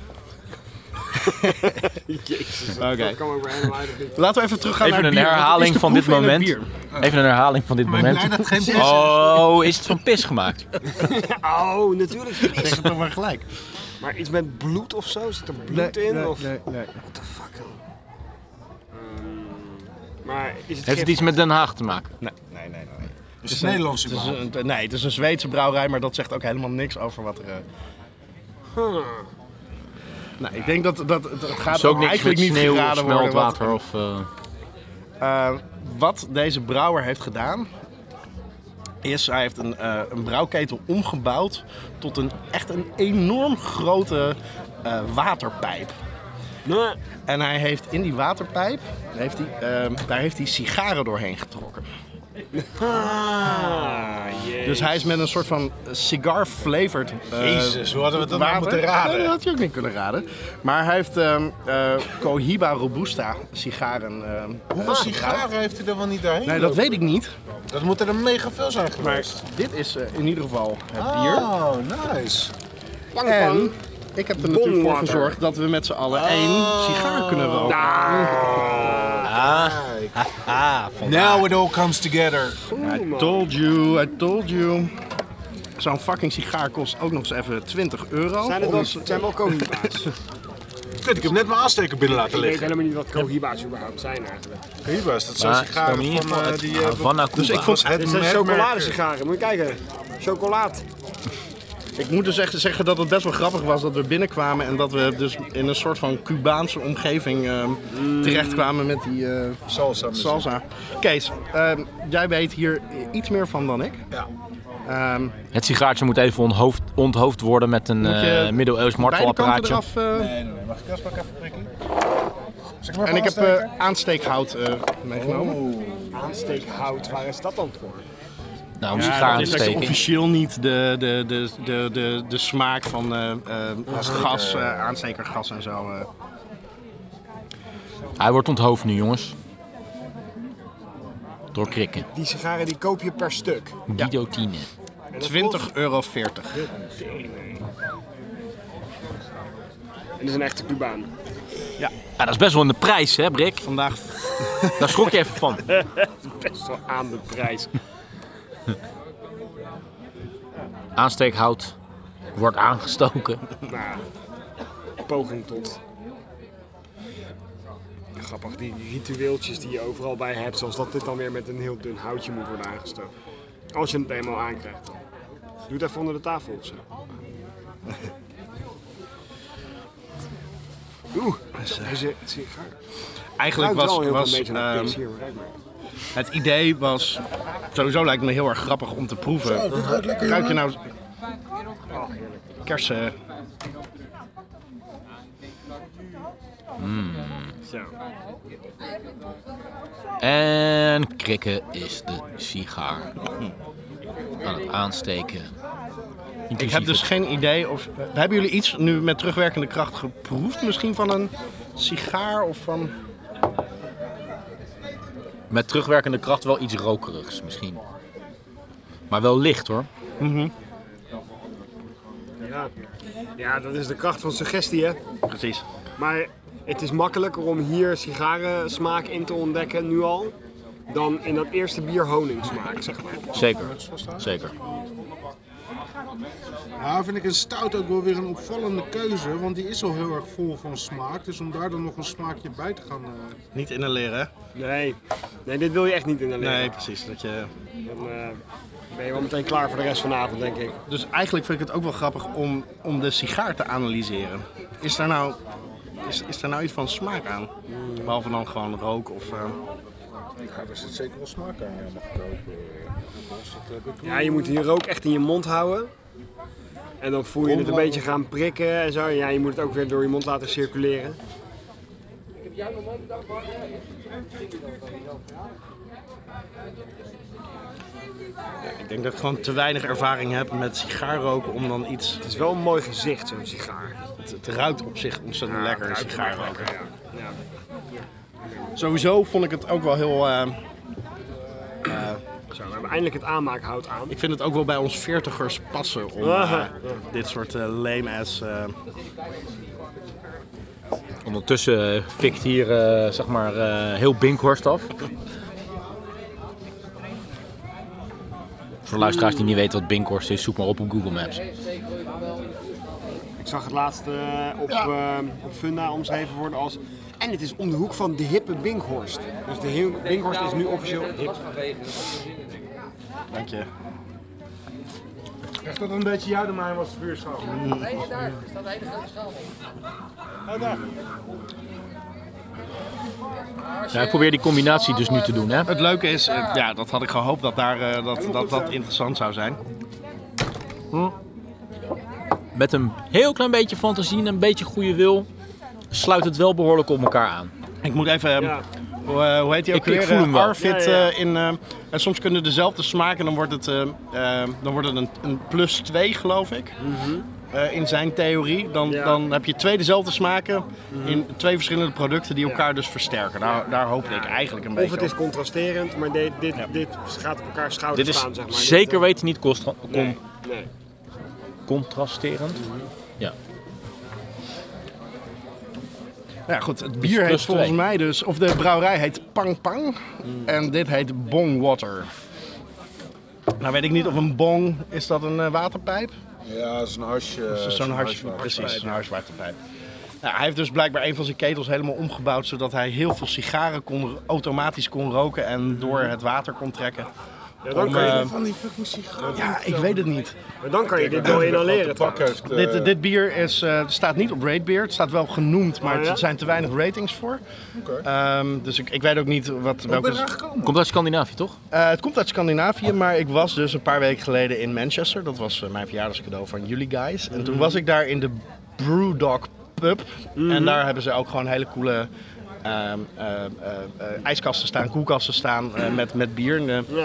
Jezus, Oké. dat kan ook weer helemaal uit. dit- Laten we even teruggaan Even naar een het bier, want het is herhaling te van dit proeven in het moment. bier. Even een herhaling van dit Maar ik blij moment. dat geen pis Oh, is het van pis gemaakt? Oh, natuurlijk. Ik Pis. zeg het toch maar gelijk. Maar iets met bloed of zo? Zit er bloed in? of? What the fuck? joh? Ehm, maar is het Heeft het gif- iets met Den Haag te maken? Nee, nee, nee. nee. is. Het is Nederlands Het is überhaupt. een, nee, het is een Zweedse brouwerij, maar dat zegt ook helemaal niks over wat er... eh, Huh. Nou, ik denk dat, dat, dat het Het gaat is ook om niks met eigenlijk niet sneeuw of geraden worden. Wat, smeltwater of... eh, eh, wat deze brouwer heeft gedaan, is hij heeft een, eh, een brouwketel omgebouwd tot een echt een enorm grote eh, waterpijp. Nee. En hij heeft in die waterpijp, heeft hij, ehm, daar heeft hij sigaren doorheen getrokken. Ah, jee. Dus hij is met een soort van cigar flavored. eh, Jezus, hoe hadden we dat nou water. moeten raden? Nee, dat had je ook niet kunnen raden. Maar hij heeft ehm eh, Cohiba Robusta sigaren. ehm, Hoeveel eh, gebruikt. sigaren heeft hij er wel niet doorheen? Nee, dat weet ik niet. Dat moet er mega veel zijn Maar geweest. Ah, Oh, dit is eh, in ieder geval het bier. Oh, nice. En Ik heb er natuurlijk voor gezorgd dat we met z'n allen Oh. één sigaar kunnen roken. Now it all comes together. Nou, I told you, I told you. Zo'n fucking sigaar kost ook nog eens even 20 euro. Zijn het Om wel, eens- zijn wel kogiba's? Kut, ik heb net mijn aansteker binnen laten Ik weet liggen. helemaal niet wat kogiba's überhaupt zijn eigenlijk. Hierbas, dat zijn sigaren in ieder van geval eh, uit die... eh, Havana, Cuba. dus ik vond het Dit zijn merkmerk- chocoladesigaren, moet je kijken. Chocolaat. Ik moet dus echt zeggen dat het best wel grappig was dat we binnenkwamen en dat we dus in een soort van Cubaanse omgeving ehm, terechtkwamen met die eh, Salsa. muziek. salsa. Kees, ehm, jij weet hier iets meer van dan ik. Ja. Ehm, Het sigaartje moet even onhoofd, onthoofd worden met een Moet je eh middeleeuws beide kanten martelapparaatje. eraf. eh, Nee, nee, nee. Mag ik Kasper even prikken? Zeg maar en ik heb eh, aansteker? aansteekhout eh, meegenomen. Aansteekhout, waar is dat dan voor? Nou, om sigaar aan te Het is steken. officieel niet de, de, de, de, de, de smaak van eh, eh, gas, eh, aanstekergas en zo. eh. Hij wordt onthoofd nu, jongens. Door krikken. Die sigaren die koop je per stuk. Guillotine. 20,40 euro. En dat is een echte Cubaan. Ja, dat is best wel een prijs, hè, Brik? Vandaag Daar schrok je even van. Best wel aan de prijs. Aansteekhout wordt aangestoken. Nou, poging tot. Grappig, die ritueeltjes die je overal bij hebt, zoals dat dit dan weer met een heel dun houtje moet worden aangestoken. Als je het eenmaal aankrijgt dan. Doe het even onder de tafel of zo. Oeh, deze sigaar. Eigenlijk Ruikt was, wel heel was een beetje naar ehm, pis hier, maar kijk maar. het idee was sowieso lijkt me heel erg grappig om te proeven. Ruik je nou kersen? En krikken is de sigaar. Aan het aansteken. Ik heb dus geen idee of hebben jullie iets nu met terugwerkende kracht geproefd? Misschien van een sigaar of van Met terugwerkende kracht wel iets rokerigs misschien. Maar wel licht hoor. Ja. ja, dat is de kracht van suggestie, hè? precies. Maar het is makkelijker om hier sigarensmaak in te ontdekken, nu al, dan in dat eerste bier honingsmaak, zeg maar. Zeker. Zeker. eh, Ja, vind ik een stout ook wel weer een opvallende keuze, want die is al heel erg vol van smaak. Dus om daar dan nog een smaakje bij te gaan. eh, Niet in een hè? Nee, nee dit wil je echt niet in de Nee, leven. precies. Dat je... Dan eh, ben je wel meteen klaar voor de rest van de avond, denk ik. Dus eigenlijk vind ik het ook wel grappig om, om de sigaar te analyseren. Is daar nou, is, is daar nou iets van smaak aan? Behalve dan gewoon rook of... eh, Ja, daar zit zeker wel smaak aan. Ja, mag ik ook. eh, Ja, je moet hier ook echt in je mond houden. En dan voel je het een beetje gaan prikken en zo. Ja, je moet het ook weer door je mond laten circuleren. Ik denk dat ik gewoon te weinig ervaring heb met sigaarroken om dan iets... Het is wel een mooi gezicht, zo'n sigaar. Het ruikt op zich ontzettend lekker, sigaarroken. Ja. Ja. Sowieso vond ik het ook wel heel... eh, Zo, we hebben eindelijk het aanmaakhout aan. ik vind het ook wel bij ons veertigers passen om eh, dit soort eh, lame-ass... eh, Ondertussen eh, fikt hier eh, zeg maar eh, heel Binkhorst af. Voor luisteraars die niet weten wat Binkhorst is, zoek maar op op Google Maps. Ik zag het laatst eh, op, eh, op Funda omschreven worden als... En het is om de hoek van de hippe Binkhorst. Dus de heel- Binkhorst is nu officieel hip. dank je. Echt dat een beetje jouw domein was de buurschaal. Ja, Nou, ik probeer die combinatie dus nu te doen hè. Het leuke is, eh, ja, dat had ik gehoopt dat daar, eh, dat, dat, dat interessant zou zijn. Met een heel klein beetje fantasie en een beetje goede wil sluit het wel behoorlijk op elkaar aan. Ik moet even... eh, Ja. Hoe, eh, hoe heet die ook Ik- ik weer? voel hem wel. Eh, Arvid Ja, ja, ja. eh, in... eh, en soms kunnen dezelfde smaken, dan wordt het, eh, eh, dan wordt het een, een plus 2 geloof ik. Eh, in zijn theorie. Dan, Mhm. Ja. Mhm. dan heb je twee dezelfde smaken in twee verschillende producten die elkaar dus versterken. Daar, daar hoopte ik eigenlijk een Of beetje het is contrasterend, maar dit, dit, dit gaat op elkaar schouders Dit is staan, zeg maar. zeker Dit, weten niet constra- eh, con- Nee, nee. contrasterend. Ja. Nou ja, goed, het Dus bier heet plus volgens twee. mij dus, of de brouwerij heet Pang Pang. Mm. En dit heet Bong Water. Nou weet ik niet of een bong, is dat een eh, waterpijp? Ja, dat is een harsje. Dat is zo'n harsje, precies, een harswaterpijp. Nou, hij heeft dus blijkbaar een van zijn ketels helemaal omgebouwd, zodat hij heel veel sigaren kon, automatisch kon roken en door het water kon trekken. Ja, dan Om, kan je eh, dit van die fucking sigaren. ja, ik weet het niet. Maar dan kan je dit wel inhaleren. trouwens. dit, dit bier is, eh, staat niet op Rate Beer. Het staat wel genoemd, maar Oh, ja? er zijn te weinig ratings voor. Ehm, dus ik, ik weet ook niet wat, welke... Komt uit Scandinavië, toch? Eh, het komt uit Scandinavië, maar ik was dus een paar weken geleden in Manchester. Dat was eh, mijn verjaardagscadeau van jullie guys. En Mm. toen was ik daar in de Brewdog Pub. En daar hebben ze ook gewoon hele coole ehm, eh, eh, eh, ijskasten staan, koelkasten staan eh, met, met bier. En, eh,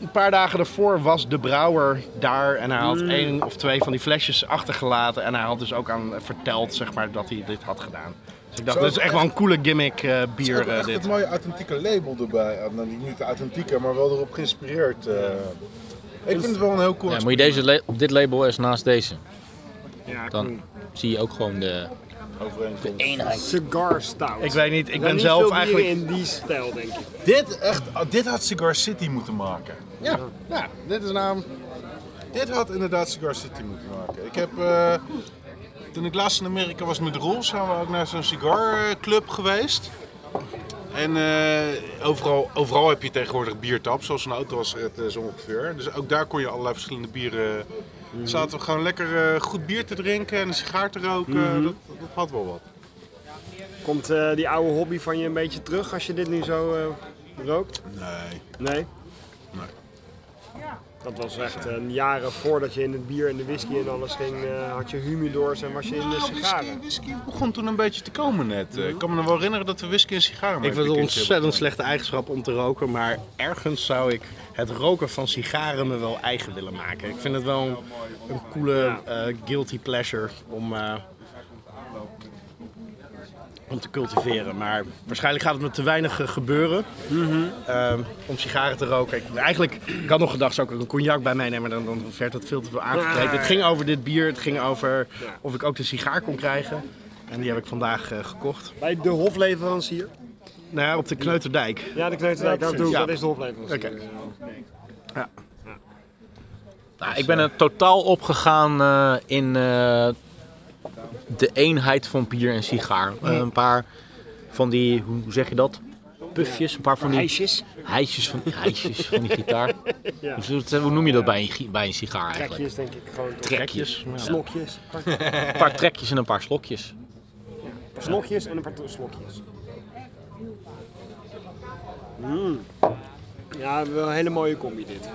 Een paar dagen daarvoor was de brouwer daar en hij had Mm. één of twee van die flesjes achtergelaten. En hij had dus ook aan verteld zeg maar, dat hij dit had gedaan. Dus ik dacht, Zo, dit is echt wel een coole gimmick eh, Het is bier ook eh, echt het dit. mooie authentieke label erbij. Ah, nou, niet de authentieke, maar wel erop geïnspireerd. eh. Ik vind het wel een heel cool. Ja, moet je deze la- dit label eens naast deze. Ja, Dan Hmm. zie je ook gewoon de, de eenheid. Cigar stout. Ik weet niet, ik Er ben zijn zelf veel bieren eigenlijk- in die stijl, denk ik. Dit, echt, ah, dit had Cigar City moeten maken. Ja, ja, dit is naam. Dit had inderdaad Cigar City moeten maken. Ik heb, eh, toen ik laatst in Amerika was met Roel, zijn we ook naar zo'n cigarclub geweest. En eh, overal, overal heb je tegenwoordig biertap, zoals een auto was het eh, zo ongeveer. Dus ook daar kon je allerlei verschillende bieren... Mhm. Zaten we gewoon lekker eh, goed bier te drinken en een sigaar te roken. Mhm. dat, dat had wel wat. Komt eh, die oude hobby van je een beetje terug als je dit nu zo eh, rookt? Nee. Nee? Nee. Dat was echt eh, jaren voordat je in het bier en de whisky en alles ging, eh, had je humidors en was je in de Nou, sigaren. Whisky begon toen een beetje te komen net. Eh, Ik kan me nog wel herinneren dat we whisky en sigaren Mhm. Ik maakten. vind het een een keertje hebben ontzettend slechte eigenschap om te roken, maar ergens zou ik het roken van sigaren me wel eigen willen maken. Ik vind het wel een, een coole eh, guilty pleasure om, eh, om te cultiveren. Maar waarschijnlijk gaat het me te weinig eh, gebeuren eh, om sigaren te roken. Ik, eigenlijk, ik had nog gedacht, zou ik ook een cognac bij meenemen, dan, dan werd dat veel te veel aangekleed. Maar- Het ging over dit bier, het ging over of ik ook de sigaar kon krijgen. En die heb ik vandaag eh, gekocht. Bij de hofleverancier? Nou, ja, op de Kneuterdijk. Ja, de Kneuterdijk, Ja, dat doe ik. precies. Dat Ja. is de hofleverancier. Oké. Ja. Nou, ik ben er totaal opgegaan eh, in eh, de eenheid van bier en sigaar. Eh, een paar van die, hoe zeg je dat? Pufjes, een paar van die... Hijsjes. Hijsjes van, hijsjes van die gitaar. Ja. Dus dat- hoe noem je dat bij een, gi- bij een sigaar eigenlijk? Trekjes, denk ik. Gewoon toch? Trekjes, ja. Slokjes. Een paar trekjes en een paar slokjes. Slokjes en een paar slokjes. Mm. Ja, wel een hele mooie combi dit.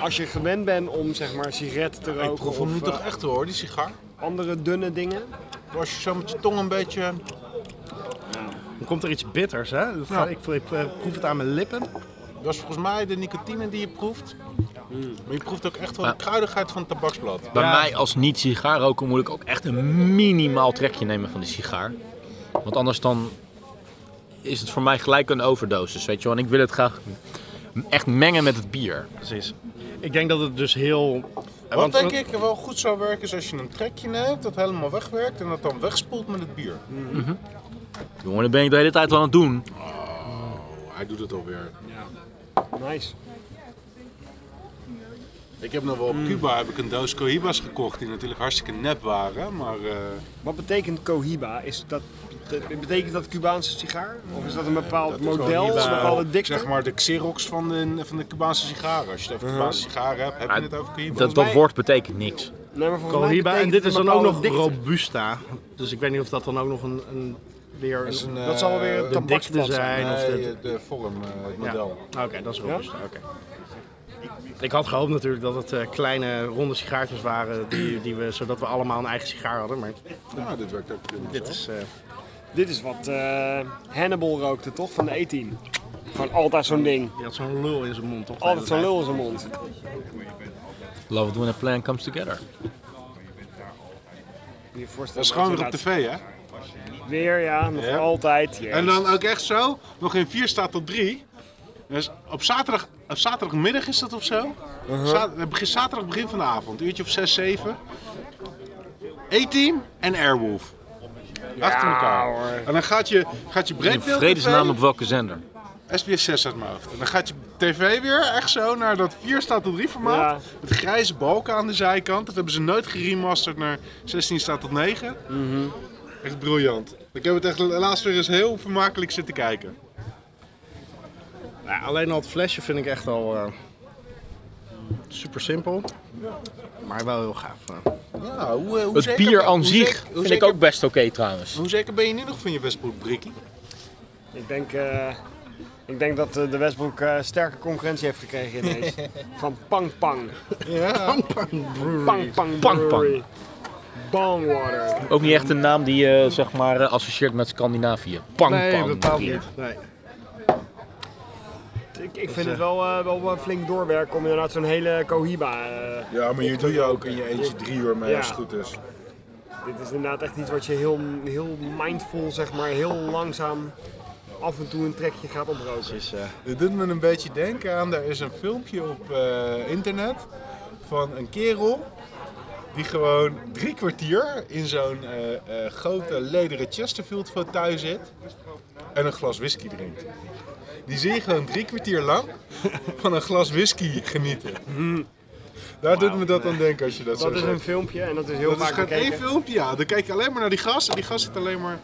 Als je gewend bent om zeg maar sigaretten te roken Ik proef hem of nu eh, toch echt hoor, die sigaar. andere dunne dingen. Als je zo met je tong een beetje... Dan komt er iets bitters, hè? Dat gaat- ik, ik, eh, proef het aan mijn lippen. Dat is volgens mij de nicotine die je proeft. Maar je proeft ook echt wel Maar- de kruidigheid van het tabaksblad. Bij mij als niet sigaarroker moet ik ook echt een minimaal trekje nemen van die sigaar. Want anders dan is het voor mij gelijk een overdosis, weet je wel. En ik wil het graag echt mengen met het bier. Precies. Ik denk dat het dus heel... Wat denk ik wel goed zou werken is als je een trekje neemt, dat helemaal wegwerkt en dat dan wegspoelt met het bier. Jongen, dat ben ik de hele tijd wel aan het doen. Hij doet het alweer. Nice. Ik heb nog wel op Cuba heb ik een doos Cohibas gekocht die natuurlijk hartstikke nep waren, maar... eh, Wat betekent cohiba? Is dat, dat- betekent dat Cubaanse sigaar? Of is dat een bepaald dat is model? Cohiba, Een bepaalde dikte? Zeg maar de Xerox van de, van de Cubaanse sigaren. Als je het over Cubaanse sigaren hebt, heb je het over Cohiba. Dat, dat woord betekent niks. Nee, maar volgens mij Cohiba. En betekent dit het is dan een ook nog bepaalde dikte. Robusta. Dus ik weet niet of dat dan ook nog een... een weer is een, een, Dat zal wel weer een de dikte tabaksblad zijn. zijn. of de, Nee, de vorm, eh, het model. Ja. Oké, dat is Robusta. Oké. Ik had gehoopt natuurlijk dat het eh, kleine ronde sigaartjes waren, die, die we, zodat we allemaal een eigen sigaar hadden. Maar Ja, dit werkt ook prima dit zo. is... eh, Dit is wat eh, Hannibal rookte, toch? Van de E-team. Gewoon altijd zo'n ding. Die had zo'n lul in zijn mond, Oh, toch? Altijd zo'n lul in zijn mond. Love it when a plan comes together. Moet je je voorstellen Dat is gewoon weer op je tv, hè? dat- Weer, ja. Nog altijd. Yes. En dan ook echt zo, nog in 4 staat tot 3. Dus op, zaterdag, op zaterdagmiddag is dat of zo. Za- eh, begin- zaterdag begin van de avond, uurtje of 6, 7. A-Team en Airwolf. achter elkaar. En dan gaat je, gaat je In breedbeeld... vredesnaam tv, op welke zender? SBS 6 uit mijn hoofd. En dan gaat je tv weer echt zo naar dat 4 staat tot 3 formaat. Ja. Met grijze balken aan de zijkant. Dat hebben ze nooit geremasterd naar 16 staat tot 9. Echt briljant. Ik heb het echt laatst weer eens heel vermakelijk zitten kijken. Nou, alleen al het flesje vind ik echt al eh, super simpel, maar wel heel gaaf. eh. Ja, hoe, eh, hoe Het zeker bier ben- aan hoe zich zeker- hoe vind ik zeker- ook best oké trouwens. Hoe zeker ben je nu nog van je Westbroek, Brikkie? Ik denk, eh, ik denk dat eh, de Westbroek eh, sterke concurrentie heeft gekregen ineens. Van Pang Pang. Ja. Pang Pang Brewery. Pang Pang Pang Pang. Brewery. Bongwater. Ook niet echt een naam die je zeg maar eh, associeert met Scandinavië. Pang Nee, pang. bepaald bier. niet. Ik, ik vind het wel, eh, wel wel flink doorwerken om inderdaad zo'n hele Cohiba... eh, Ja, maar hier doe je ook in je eentje drie uur mee Ja. als het goed is. Dit is inderdaad echt iets wat je heel, heel mindful, zeg maar, heel langzaam af en toe een trekje gaat oproken. Dit doet me een beetje denken aan, er is een filmpje op eh, internet van een kerel die gewoon drie kwartier in zo'n eh, eh, grote lederen Chesterfield fauteuil zit en een glas whisky drinkt. Die zie je gewoon drie kwartier lang van een glas whisky genieten. Daar doet me dat aan denken als je dat, Dat, zo is zegt. een filmpje en dat is heel dat vaak is gewoon bekeken. één filmpje, ja. Dan kijk je alleen maar naar die gast en die gast zit alleen maar...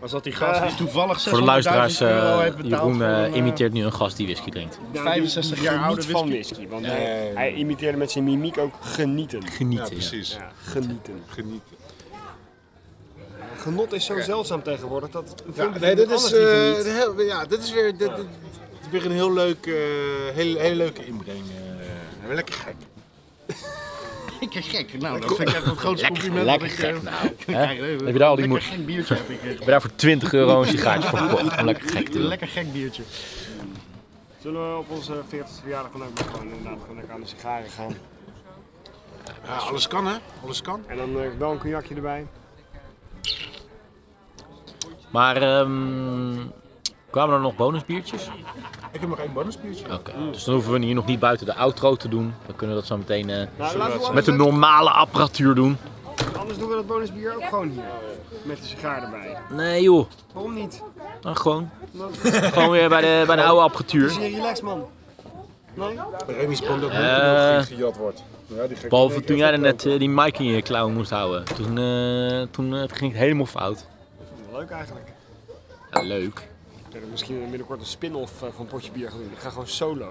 Was dat die gast die toevallig Voor de luisteraars, 600.000 euro eh, heeft betaald Jeroen voor eh, een, eh, imiteert nu een gast die whisky drinkt. Nou, die- 65 die jaar geniet oude van whisky. whisky. Want Ja, hij, ja, ja, ja. hij imiteerde met zijn mimiek ook genieten. Genieten, Ja, precies. Ja, genieten. Genieten. Genot is zo zeldzaam tegenwoordig dat Ja, veel nee, dit is, eh, anders een heel- ja, dit is weer, dit, dit- dit is weer een heel leuk, eh, heel, heel leuke inbreng. eh. lekker gek. Lekker gek. Nou, dat vind ik echt het grootste Lekker- compliment lekker dat ik... eh, gek, nou. kan Hè? krijgen. Heb je daar al die Lekker moe- gek biertje heb ik Heb je gekregen. daar voor 20 euro een sigaartje voor gekocht? Om lekker gek te doen. Lekker gek biertje. Zullen we op onze 40ste verjaardag dan ook nog gewoon inderdaad gewoon lekker aan de sigaren gaan? Ja, alles kan hè, alles kan. En dan eh, wel een cognacje erbij. Maar ehm, kwamen er nog bonusbiertjes? Ik heb nog één bonusbiertje. Oké, dus dan hoeven we hier nog niet buiten de outro te doen. Dan kunnen we dat zo meteen eh, laten we anders met de ook- normale apparatuur doen. Anders doen we dat bonusbier ook gewoon hier. Met de sigaar erbij. Nee joh, Waarom niet? dan gewoon. Gewoon weer bij de, bij de oude apparatuur. Zie je relax man. Nee? Remy spant ook Eh. dat er geen gejat wordt. Ja, die Behalve toen jij er net eh, die mic in je klauwen moest houden. Toen, eh, toen eh, ging het helemaal fout. Leuk eigenlijk. Ja, leuk. Ik denk dat ik misschien binnenkort een spin-off eh, van Potje Bier gaan doen. Ik ga gewoon solo.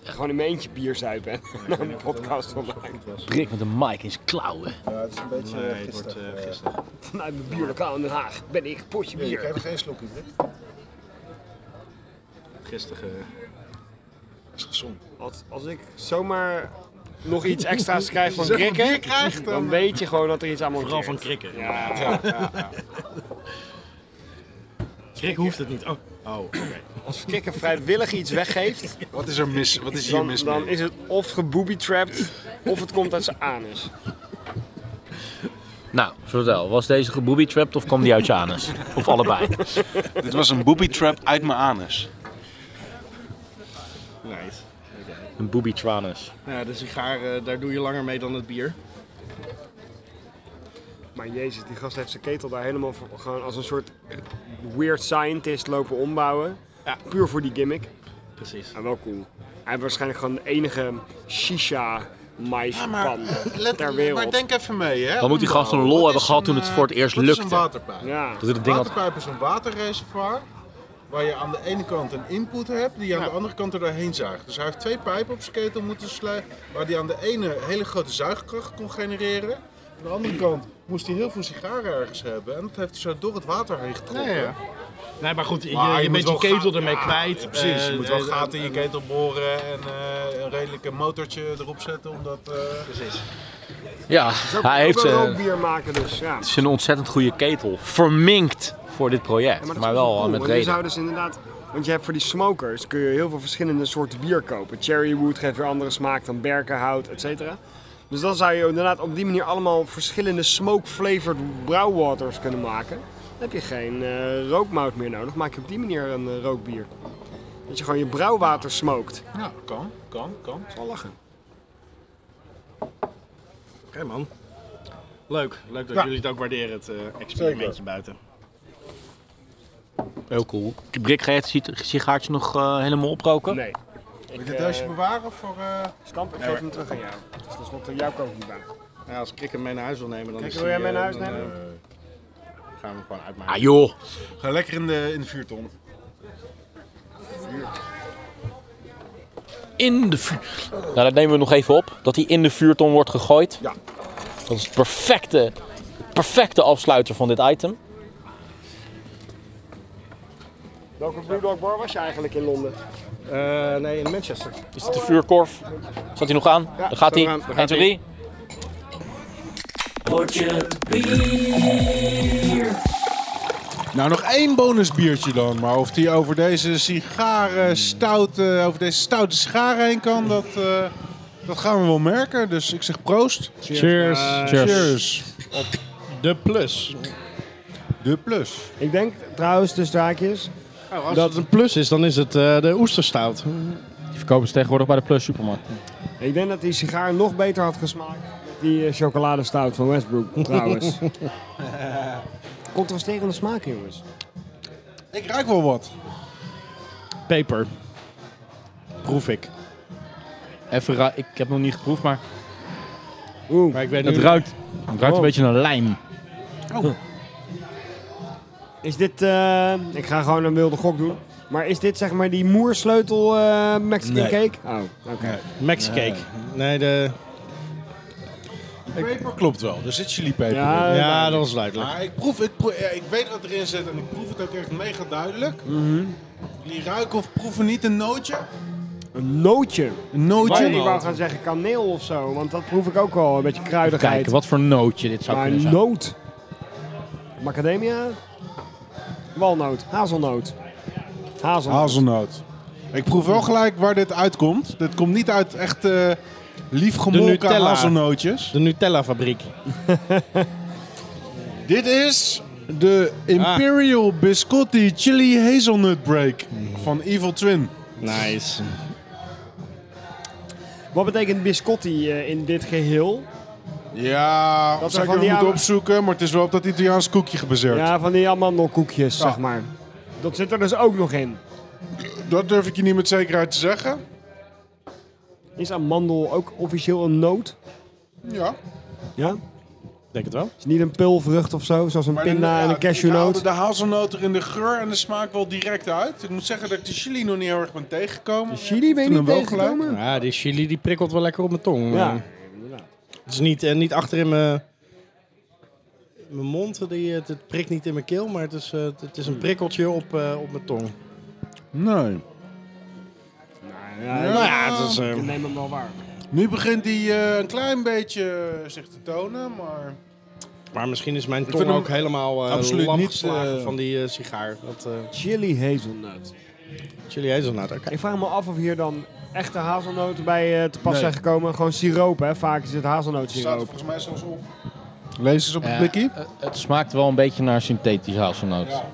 Ik ga gewoon in mijn eentje bier zuipen en daar een podcast van maken. Prik met een mic in zijn klauwen. Ja, het is een beetje Nee, eh, het wordt, gisteren. Vanuit mijn bierlokaal in Den Haag ben ik Potje Nee, je Bier. krijgt er geen slokje Brik. Gisteren is gezond. Als, als ik zomaar nog iets extra's krijg van krikken, krijgt, dan weet je gewoon dat er iets aan moet Vooral van krikken. Ja. Ja, ja, Krik hoeft het niet. Oh, oké. Als krikken vrijwillig iets weggeeft, Wat is er mis? Wat is hier dan, mis dan mee? is het of gebooby-trapped of het komt uit zijn anus. Nou, vertel, was deze gebooby-trapped of kwam die uit je anus? Of allebei? Dit was een booby trap uit mijn anus. eh, Nice. Een booby-tranus. Nou ja, de sigaar, eh, daar doe je langer mee dan het bier. Maar jezus, die gast heeft zijn ketel daar helemaal voor- gewoon als een soort eh, weird scientist lopen ombouwen. Puur voor die gimmick. Precies. En wel cool. Hij heeft waarschijnlijk gewoon de enige shisha Ja, maar, maispan let- ter wereld. maar denk even mee, hè. Dan moet die gast een Ombouwen. lol Wat hebben is gehad een, toen het eh, voor het eerst wat is lukte. een waterpijp? Ja. Dat het ding had- waterpijp is een waterreservoir waar je aan de ene kant een input hebt die je aan de andere kant er doorheen zuigt. Dus hij heeft twee pijpen op zijn ketel moeten sluiten waar hij aan de ene hele grote zuigkracht kon genereren. Aan de andere kant moest hij heel veel sigaren ergens hebben en dat heeft hij zo door het water heen getrokken. Ja, ja. Nee, maar goed, je, Maar je, moet bent je wel ketel gaten- ermee ja, kwijt. Precies, je Eh, moet wel eh, gaten in je eh, ketel boren en eh, een redelijke motortje erop zetten eh, om dat... Precies. Ja, hij heeft eh, zijn, bier maken dus, ja. het is een ontzettend goede ketel. Verminkt voor dit project, maar, wel eh, cool, met want je reden. zou dus inderdaad, want je hebt voor die smokers kun je heel veel verschillende soorten bier kopen. Cherrywood geeft weer andere smaak dan berkenhout, et cetera. Dus dan zou je inderdaad op die manier allemaal verschillende smoke-flavored brouwwaters kunnen maken. Dan heb je geen eh, rookmout meer nodig, maak je op die manier een eh, rookbier. Dat je gewoon je brouwwater smokt. Ja, kan, kan, kan. Zal lachen. man. Leuk, leuk dat Ja. jullie het ook waarderen, het eh, experimentje buiten. Heel cool. Brik, ga je het ci- sigaartje nog eh, helemaal oproken? Nee. Wil je dit huisje bewaren voor... eh Skamp, ik Nee, geef hoor. hem terug aan jou. Dus dat is wat jouw kant niet aan. Ja, als ik hem mee naar huis wil nemen, dan Kijk, is wil jij die, mee eh, naar huis dan, nemen? eh, gaan we hem gewoon uitmaken. Ah joh. Ga lekker in de, in de vuurton. In de vuur... Nou, dat nemen we nog even op. Dat hij in de vuurton wordt gegooid. Ja. Dat is het perfecte, perfecte afsluiter van dit item. Welke Brewdog Bar was je eigenlijk in Londen? Eh, nee, in Manchester. Is dit de vuurkorf? Zat hij nog aan? Ja, daar gaat staat hij. eraan. Daar 1, gaat 2, hij. 3. Nou, nog één bonusbiertje dan. Maar of die over deze sigaren stout, eh, over deze stoute sigaar heen kan, dat, eh, dat gaan we wel merken. Dus ik zeg proost. Cheers. Eh, Cheers. cheers. Op de plus. De plus. Ik denk trouwens, dus draakjes. Nou, als dat, het een plus is, dan is het eh, de oesterstout. Die verkopen ze tegenwoordig bij de Plus eh, Supermarkt. Ik denk dat die sigaar nog beter had gesmaakt. met Die eh, chocoladestout van Westbrook, trouwens. Contrasterende smaak, jongens. Ik ruik wel wat. Peper. Proef ik. Even ra- ik heb nog niet geproefd, maar... Oeh, maar ik weet het nu- ruikt, het ruikt Oh. een beetje naar lijm. Is dit, eh, ik ga gewoon een wilde gok doen. Maar is dit zeg maar die moersleutel eh, Mexican Nee. cake? Oh, oké. Mexicake. Nee. Nee, de... Peper klopt wel. Er zit chilipeper Ja, in. ja, dat is duidelijk. Maar ik proef, ik, proef- ja, ik weet wat erin zit en ik proef het ook echt mega duidelijk. Mhm. Jullie ruiken of proeven niet een nootje? Een nootje. Een nootje. Ik wou, ik wou gaan zeggen kaneel of zo, want dat proef ik ook wel. Een beetje Even kruidigheid. kijken, wat voor nootje dit zou Maar kunnen zijn. noot. Macadamia. Walnoot. Hazelnoot. Hazelnoot. Hazelnoot. Ik proef wel gelijk waar dit uitkomt. Dit komt niet uit echt eh lief gemolken Nutella. hazelnootjes. De Nutella-fabriek. Dit is de Imperial Biscotti Chili Hazelnut Break van Evil Twin. Nice. Oh. Wat betekent biscotti eh, in dit geheel? Ja, Dat dat we zou ik van die even moeten oude- opzoeken, maar het is wel op dat Italiaans koekje gebaseerd. Ja, van die amandelkoekjes, Ja. zeg maar. Dat zit er dus ook nog in. Dat durf ik je niet met zekerheid te zeggen. Is amandel ook officieel een noot? Ja. Ja? Denk het wel. Is niet een pulvrucht of zo, zoals een Maar de- pinda ja, en een ik haalde cashewnoot? De hazelnoot er in de geur en de smaak wel direct uit. Ik moet zeggen dat ik de chili nog niet heel erg ben tegengekomen. Chili ben je Toen niet hem wel tegengekomen? Ja, die chili die prikkelt wel lekker op mijn tong. Ja. Eh, Het is niet, eh, niet achter in mijn, in mijn mond, die, eh, het, het prikt niet in mijn keel, maar het is, eh, het is een prikkeltje op, eh, op mijn tong. Nee. Ja, Nou Ja. nou ja, Dus, het is, eh, Ik neem hem wel waar. Nu begint hij eh, een klein beetje eh, zich te tonen, maar... Maar misschien is mijn Ik tong vind hem ook helemaal eh absoluut lam niet, geslagen eh, van die eh, sigaar. Dat, eh Chili hazelnut. chili hazelnut, oké. Ik vraag me af of hier dan echte hazelnoten bij eh, te pas Nee. zijn gekomen. Gewoon siroop, hè? Vaak is het Staat er hazelnootsiroop. volgens mij zelfs op. Lees eens op het blikje. Eh, Het smaakt wel een beetje naar synthetisch hazelnoot. Ja.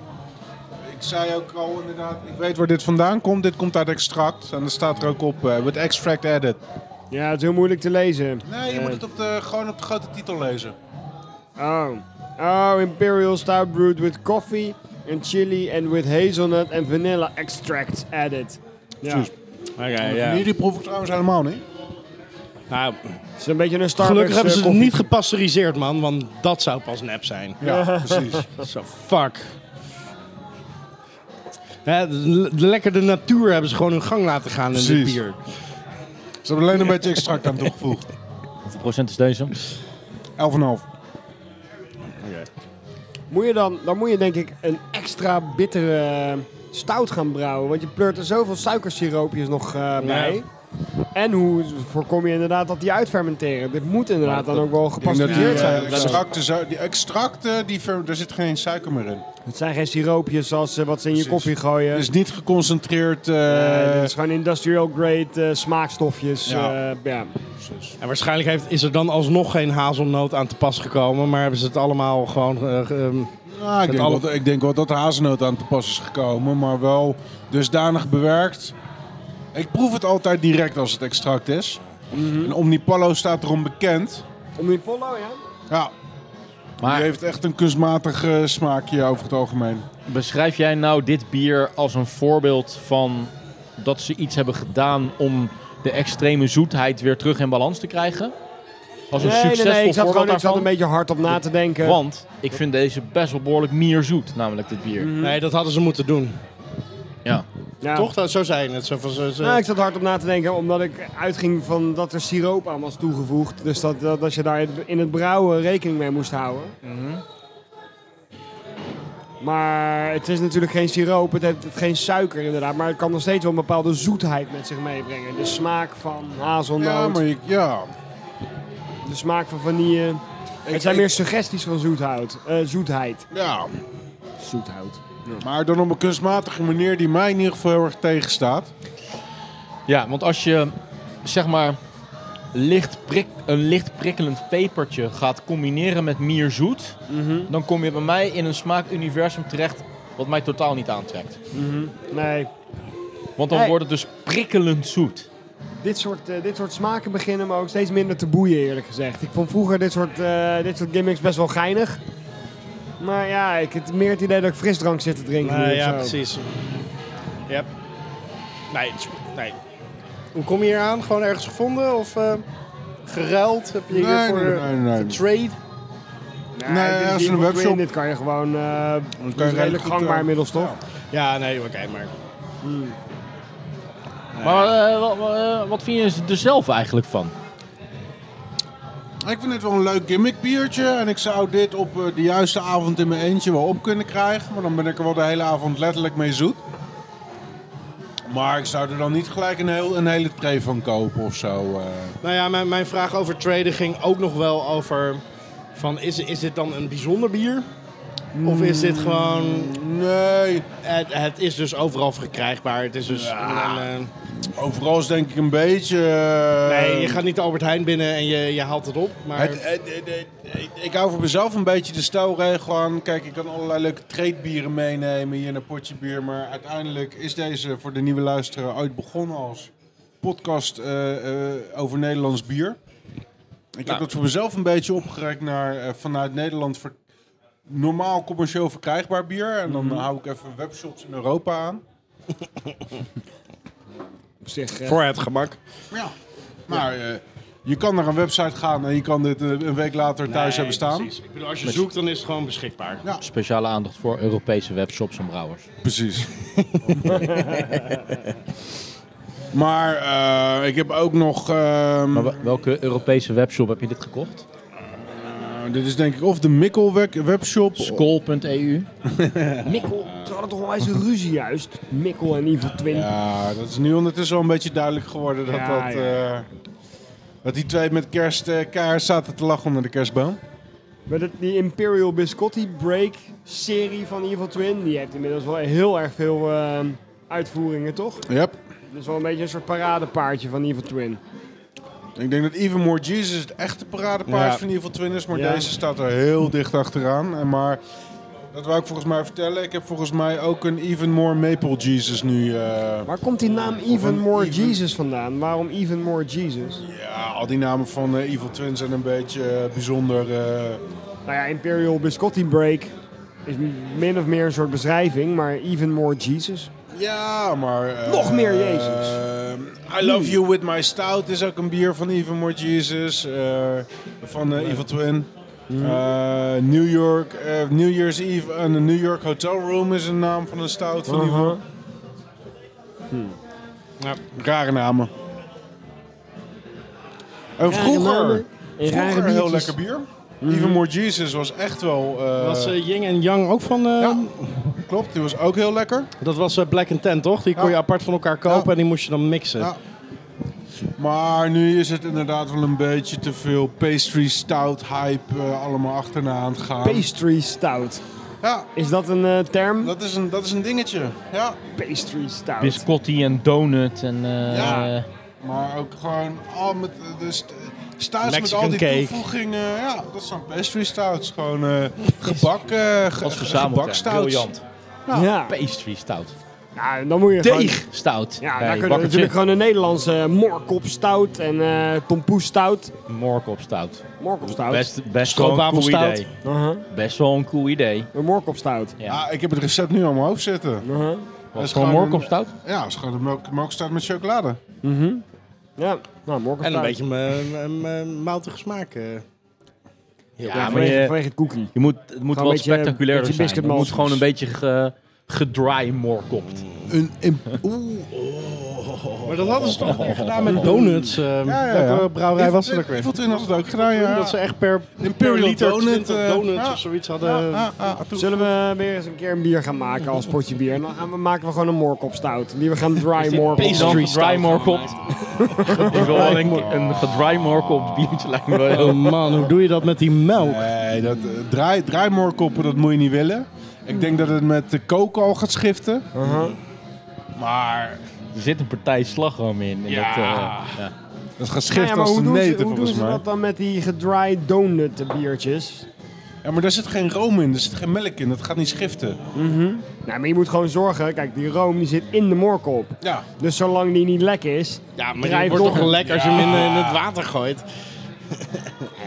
Ik zei ook al inderdaad, ik weet waar dit vandaan komt. Dit komt uit extract en dat staat er ook op. eh, with extract added. Ja, het is heel moeilijk te lezen. Nee, je Eh, moet het op de, gewoon op de grote titel lezen. Oh. Oh, Imperial Stout brewed with coffee and chili and with hazelnut and vanilla extract added. Ja. Precies. Vanille, die proef ik trouwens helemaal niet. Nou, Het is een beetje een Starbucks gelukkig hebben ze eh, het koffie. niet gepasteuriseerd, man, want dat zou pas nep zijn. Ja, precies. Zo, fuck. Hè, de- de- lekker de natuur hebben ze gewoon hun gang laten gaan in dit Precies. bier. Ze hebben alleen een beetje extract aan toegevoegd. 11,5. Hoeveel procent is deze? Moet je dan, dan moet je denk ik een extra bittere eh, stout gaan brouwen. Want je pleurt er zoveel suikersiroopjes nog eh, bij. En hoe voorkom je inderdaad dat die uitfermenteren? Dit moet inderdaad dan ook wel Ik denk dat die, gepasteuriseerd eh, zijn. of zo. extracten, zo- die extracten die ver- daar zit geen suiker meer in. Het zijn geen siroopjes zoals eh, wat ze in je koffie gooien. Dus Het is niet geconcentreerd. eh, Eh, dit is gewoon industrial grade eh, smaakstofjes. Ja. eh, ja. En waarschijnlijk heeft, is er dan alsnog geen hazelnoot aan te pas gekomen, maar hebben ze het allemaal gewoon... eh, ge- ehm, Nou, ik, met denk alle- wel, ik denk wel dat de hazelnoot aan te pas is gekomen, maar wel dusdanig bewerkt. Mhm. Ik proef het altijd direct als het extract is. En Omnipallo staat erom bekend Om die pollo, ja? Ja. Die heeft echt een kunstmatig eh, smaakje over het algemeen. Beschrijf jij nou dit bier als een voorbeeld van dat ze iets hebben gedaan om de extreme zoetheid weer terug in balans te krijgen? Als een Nee, nee, nee, ik succesvol zat gewoon- voorbeeld ik zat daarvan? een beetje hard op na te denken. Want ik vind deze best wel behoorlijk mierzoet, namelijk dit bier. Mm. Nee, dat hadden ze moeten doen. Ja. Toch? Dat, zo zei je het. Zo van, zo, zo. Nou, ik zat hard op na te denken, omdat ik uitging van dat er siroop aan was toegevoegd. Dus dat, dat, dat je daar in het brouwen rekening mee moest houden. Mhm. Maar het is natuurlijk geen siroop, het heeft geen suiker inderdaad. Maar het kan nog steeds wel een bepaalde zoetheid met zich meebrengen. De smaak van hazelnoot. Ja, maar ik- ja. De smaak van vanille. het zijn ik- meer suggesties van zoethout, eh, zoetheid. Ja. Zoethout. Maar dan op een kunstmatige manier die mij in ieder geval heel erg tegenstaat. Ja, want als je zeg maar licht prik, een licht prikkelend pepertje gaat combineren met mierzoet, dan kom je bij mij in een smaakuniversum terecht wat mij totaal niet aantrekt. Nee. Want dan Nee. wordt het dus prikkelend zoet. Dit soort, eh, dit soort smaken beginnen me ook steeds minder te boeien, eerlijk gezegd. Ik vond vroeger dit soort, eh, dit soort gimmicks best wel geinig. Maar ja, ik heb meer het idee dat ik frisdrank zit te drinken. Nee, nu of ja, zo. precies. Ja. Nee, het is- nee. Hoe kom je hier aan? Gewoon ergens gevonden of eh, geruild? Heb je Nee, hier voor nee, nee, nee. trade? Nee, dit als is je een niet webshop- win, Dit kan Eh, je gewoon. eh dit is redelijk redelijk goed, gangbaar eh, inmiddels, toch? Ja, nee, oké, maar. Maar eh, wa- wa- eh, wat vind je er zelf eigenlijk van? Ik vind het wel een leuk gimmick biertje. En ik zou dit op eh, de juiste avond in mijn eentje wel op kunnen krijgen. Maar dan ben ik er wel de hele avond letterlijk mee zoet. Maar ik zou er dan niet gelijk een, heel, een hele tray van kopen of zo. eh. Nou ja, mijn, mijn vraag over traden ging ook nog wel over... Van, is, is dit dan een bijzonder bier? Of is dit Hmm. gewoon... Nee. Het, het is dus overal verkrijgbaar. Het is dus... een, Overal is denk ik een beetje... eh, eh, nee, je gaat niet de Albert Heijn binnen en je, je haalt het op. Maar Het- eh, het- het- het- ik hou voor mezelf een beetje de stelregel aan. Kijk, ik kan allerlei leuke tradebieren meenemen hier in een potje bier. Maar uiteindelijk is deze voor de nieuwe luisteraar ooit begonnen als podcast eh, eh, over Nederlands bier. Ik heb dat voor mezelf een beetje opgerekt naar eh, vanuit Nederland ver- normaal commercieel verkrijgbaar bier. En dan Mhm. hou ik even webshops in Europa aan. Op zich. eh, Voor het gemak. Ja. Maar eh, je kan naar een website gaan en je kan dit eh, een week later thuis Nee, hebben staan. precies. Ik bedoel, als je Met- zoekt, dan is het gewoon beschikbaar. Ja. Speciale aandacht voor Europese webshops en brouwers. Precies. Maar eh, ik heb ook nog. ehm, Maar wa- welke Europese webshop heb je dit gekocht? eh, dit is denk ik of de Mikkel web- webshop. Skoll.eu. Mikkel. Ze hadden toch wel eens een ruzie juist. Mikkel en Evil Twin. Ja, dat is nu ondertussen wel een beetje duidelijk geworden dat, Ja, dat, ja. eh, dat die twee met kerst eh keihard zaten te lachen onder de kerstboom. Maar dat, die Imperial Biscotti Break serie van Evil Twin, die heeft inmiddels wel heel erg veel eh, uitvoeringen, toch? Yep. Dat is wel een beetje een soort paradepaardje van Evil Twin. Ik denk dat Even More Jesus het echte paradepaard Ja. van Evil Twin is, maar Ja. deze staat er heel dicht achteraan. En maar dat wou ik volgens mij vertellen. Ik heb volgens mij ook een Even More Maple Jesus nu. eh, Waar komt die naam Even More Jesus vandaan? Waarom Even More Jesus? Ja, al die namen van eh, Evil Twin zijn een beetje eh, bijzonder. eh, Nou ja, Imperial Biscotti Break is m- min of meer een soort beschrijving, maar Even More Jesus. Ja, maar... eh, Nog meer Jezus. eh, I Love You With My Stout is ook een bier van Even More Jesus. eh, van eh, Evil Twin. Mm. Eh, New York, eh, New Year's Eve en de New York Hotel Room is een naam van een stout van Evil. Uh-huh. Hmm. Ja, rare namen. En vroeger, namen en rare vroeger heel biertjes. lekker bier. Mhm. Even More Jesus was echt wel... eh, was eh, Ying en Yang ook van... eh, Ehm, Klopt, die was ook heel lekker. Dat was eh, Black Tent, toch? Die kon Ja. je apart van elkaar kopen en die moest je dan mixen. Ja. Maar nu is het inderdaad wel een beetje te veel pastry stout hype eh, allemaal achterna aan het gaan. Pastry stout. Ja. Is dat een eh, term? Dat is een, dat is een dingetje, ja. Pastry stout. Biscotti en donut en... eh, Ja. Maar ook gewoon al met eh, de st- stouts met Mexican al die cake. toevoegingen. Ja, dat zijn pastry stouts. Gewoon eh gebak, eh ge- Als gebakstouts. verzamelterm. Briljant. Ja. Pastry stout. Ja, dan moet je gewoon... Stout. Ja, daar Hey, kunnen we bakkertje. natuurlijk gewoon een Nederlandse eh, Morkop stout en eh tompoes stout. Morkop stout. Morkop stout. Uh-huh. Best, best wel een cool idee. Best wel een cool idee. Een Uh-huh. morkopstout. Ja. Ah, ik heb het recept nu aan mijn hoofd zitten. Wat, gewoon morkopstout? Ja, dat is gewoon een mork- morkopstout met chocolade. Mm-hmm. Ja, nou, morgen En een beetje Een moutige smaak. eh. Ja, Ja, vanwege- vanwege het cookie. Je moet, het moet Gewoon wel een beetje- spectaculairder beetje zijn. Het biscuitmalt. moet gewoon een beetje ge, gedry morkopt. Een, een, Maar dat hadden ze toch weer gedaan met donuts. eh, Welke brouwerij was dat ook weer? Voelt in dat ook gedaan, ja. Dat ze echt per Imperial per liter donut, 20 eh, donuts ja. of zoiets hadden. Zullen we weer eens een keer een bier gaan maken als potje bier? En dan gaan we, maken we gewoon een morkop stout. Die we gaan dry morkop. Pastry dry morkop. Ik wil wel een, een gedry morkop biertje lijkt me wel heel... Oh, man, hoe doe je dat met die melk? Nee, dat, eh, draai, draaimoorkoppen, dat moet je niet willen. Ik denk dat het met de kook al gaat schiften. Maar... Er zit een partij slagroom in. in Ja. Dat, eh, ja. Dat gaat Nou schiften ja, maar als hoe de doen, ze, neten, hoe doen volgens ze mij. dat dan met die gedry donut biertjes? Ja, maar daar zit geen room in, daar zit geen melk in. Dat gaat niet schiften. Nou, maar je moet gewoon zorgen. Kijk, die room die zit in de morkop. Ja. Dus zolang die niet lek is... Ja, maar drijft die wordt toch door. lek als je hem in, eh, in het water gooit. eh,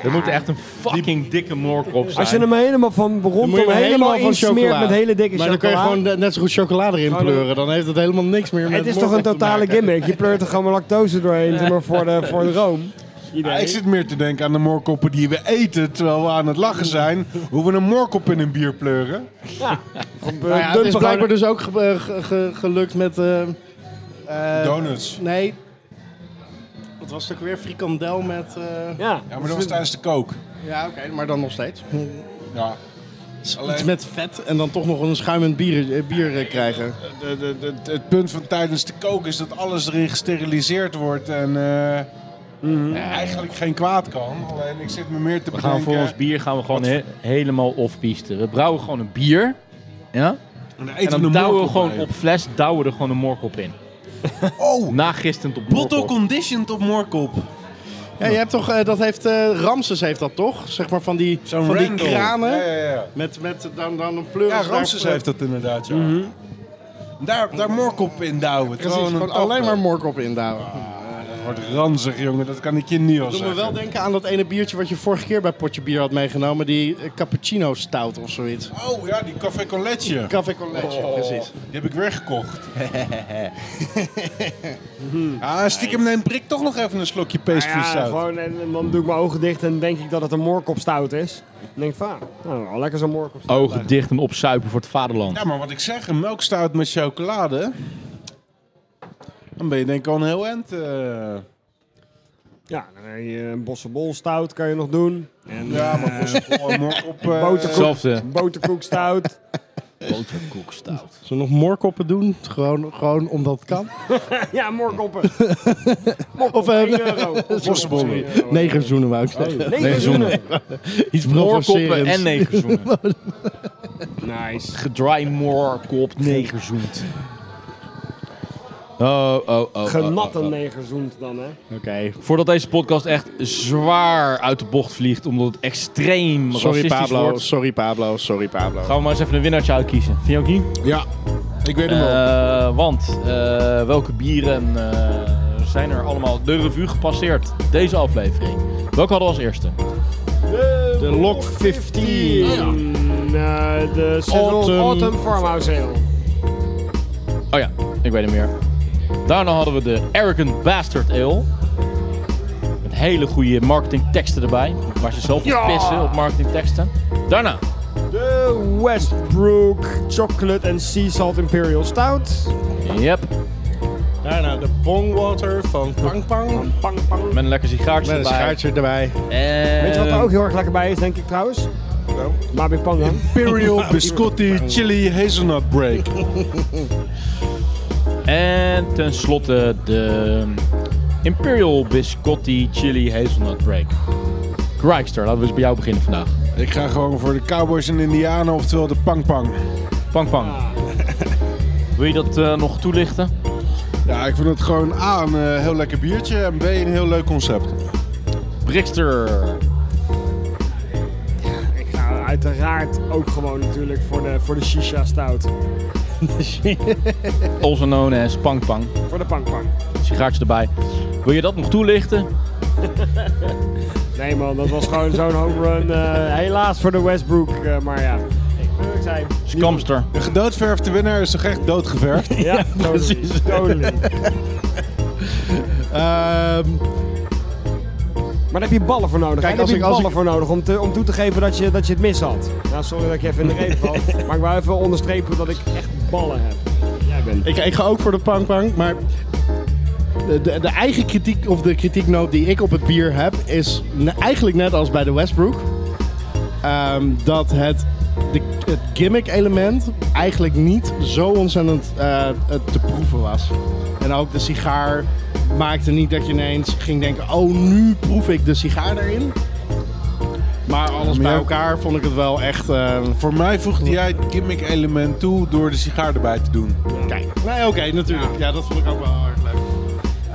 Er moet echt een fucking dikke morkop zijn. Als je hem helemaal van rondom helemaal, insmeert met hele dikke Maar dan kun je chocola. gewoon net- net zo goed chocolade erin Gewoon een- pleuren. Dan heeft het helemaal niks meer met Het is toch een morkop te totale maken. gimmick. Je pleurt er gewoon lactose doorheen zeg maar, voor, de, voor de room. Nou Ah, ik zit meer te denken aan de moorkoppen die we eten terwijl we aan het lachen zijn. Hoe we een moorkop in een bier pleuren. eh, Nou ja, het is blijkbaar dus ook ge- eh, ge- ge- gelukt met... eh, eh, Donuts. Nee. Wat was het ook weer? Frikandel met... eh, ja. Ja, maar dat was tijdens de kook. Ja, oké, maar dan nog steeds. Ja. Iets met vet en dan toch nog een schuimend bier, eh, bier eh, krijgen. De, de, de- het punt van tijdens de kook is dat alles erin gesteriliseerd wordt en eh, eigenlijk geen kwaad kan. Alleen ik zit me meer te We gaan bedenken. voor ons bier gaan we gewoon he- helemaal off-piste. We brouwen gewoon een bier. Ja? En dan, En eten we dan de douwen we moorkop gewoon bij. op fles, douwen we er gewoon een morkop in. Oh! Nagisterend op Bottle morkop. conditioned op moorkop. Ja, je hebt toch, eh, dat heeft, eh, Ramses heeft dat toch? Zeg maar van die, Zo'n van die wrangle. kranen. Ja, ja, ja. Met, met dan, dan een pleur. Ja, Ramses heeft dat inderdaad, ja. Mhm. Daar, daar morkop in douwen. Precies, terwijl we gewoon een tap alleen maar hebben. morkop indouwen. Dat wordt ranzig, jongen. Dat kan ik je niet al Doe me zeggen. wel denken aan dat ene biertje wat je vorige keer bij Potje Bier had meegenomen. Die eh, cappuccino stout of zoiets. Oh ja, die café con leche. Café con leche, precies. Die heb ik weggekocht. ah, stiekem neem Brik toch nog even een slokje pastry Ah, ja, dus zout. gewoon, en, en dan doe ik mijn ogen dicht en denk ik dat het een moorkop stout is. Dan denk ik van, ah, nou, wel lekker zo'n moorkop stout. Ogen dicht en opzuipen voor het vaderland. Ja, maar wat ik zeg, een melkstout met chocolade. Dan ben je denk ik al een heel end. eh. Ja, dan heb je een bossenbol stout kan je nog doen. En, Ja, eh, maar voor z'n vol en morgen op... eh, boterkoek, Hetzelfde. boterkoek stout. Boterkoek stout. Zullen we nog moorkoppen doen? Gewoon, gewoon omdat het kan. ja, moorkoppen. Of eh, 1 euro. Bossenbollen. Oh, Negen zoenen wou ik zeggen. Negerzoenen. Iets Moorkoppen en provocerends. negerzoenen. Nice. Gedry moorkop negerzoend. Oh, oh, oh, oh. Genat oh, een oh. negerzoend dan, hè. Oké. Voordat deze podcast echt zwaar uit de bocht vliegt, omdat het extreem Sorry racistisch Pablo, wordt, sorry Pablo, sorry Pablo. gaan we maar eens even een winnaartje uitkiezen. Vind je ook niet? Ja, ik weet hem wel. Eh, want eh, welke bieren eh, zijn er allemaal de revue gepasseerd deze aflevering? Welke hadden we als eerste? De Lok 15. Eh, de Seasonal Autumn. Autumn. Farmhouse Ale. Oh ja, ik weet het meer. Daarna hadden we de Arrogant Bastard Ale. Met hele goede marketingteksten erbij. Waar ze zelf op Ja. pissen op marketingteksten. Daarna De Westbrook Chocolate and Sea Salt Imperial Stout. Yep, Daarna de Bongwater van Pang Pang. Pang, pang. met een lekker sigaartje Met een erbij. schaartje erbij. En... Weet je wat Eh. er ook heel erg lekker bij is, denk ik trouwens? Mabi Pangan. Imperial biscotti chili hazelnut break. En tenslotte de Imperial Biscotti Chili Hazelnut Break. Grikester, laten we eens bij jou beginnen vandaag. Ik ga gewoon voor de cowboys en indianen, oftewel de pang pang. Pang pang. Wil je dat eh, nog toelichten? Ja, ik vind het gewoon A, een eh, heel lekker biertje en B, een heel leuk concept. Brikster. Ik ga uiteraard ook gewoon natuurlijk voor de, voor de shisha stout. Also known as Pang Pang. voor de pangpang. Sigaartje erbij. Wil je dat nog toelichten? Nee man, dat was gewoon zo'n home run. eh, helaas voor de Westbrook, eh, maar ja. Ik, ik zei, Scamster. De gedoodverfde winnaar is toch echt doodgeverfd? Ja, totally, totally. Ehm, Maar daar heb je ballen voor nodig. Kijk, Kijk, daar als heb ik- je als ballen ik- voor nodig om, te, om toe te geven dat je, dat je het mis had. Nou, sorry dat ik je even in de reden val. maar ik wou even onderstrepen dat ik echt ballen heb. Jij bent. Ik, ik ga ook voor de pangpang, maar de, de, de eigen kritiek of de kritieknoot die ik op het bier heb is ne- eigenlijk net als bij de Westbrook. Ehm, dat het, de, het gimmick element eigenlijk niet zo ontzettend eh, eh, te proeven was. En ook de sigaar maakte niet dat je ineens ging denken, oh nu proef ik de sigaar erin. Maar alles bij elkaar vond ik het wel echt... eh, Voor mij voegde jij het gimmick element toe door de sigaar erbij te doen. Kijk. Nee, oké, natuurlijk. Ja. dat vond ik ook wel erg leuk.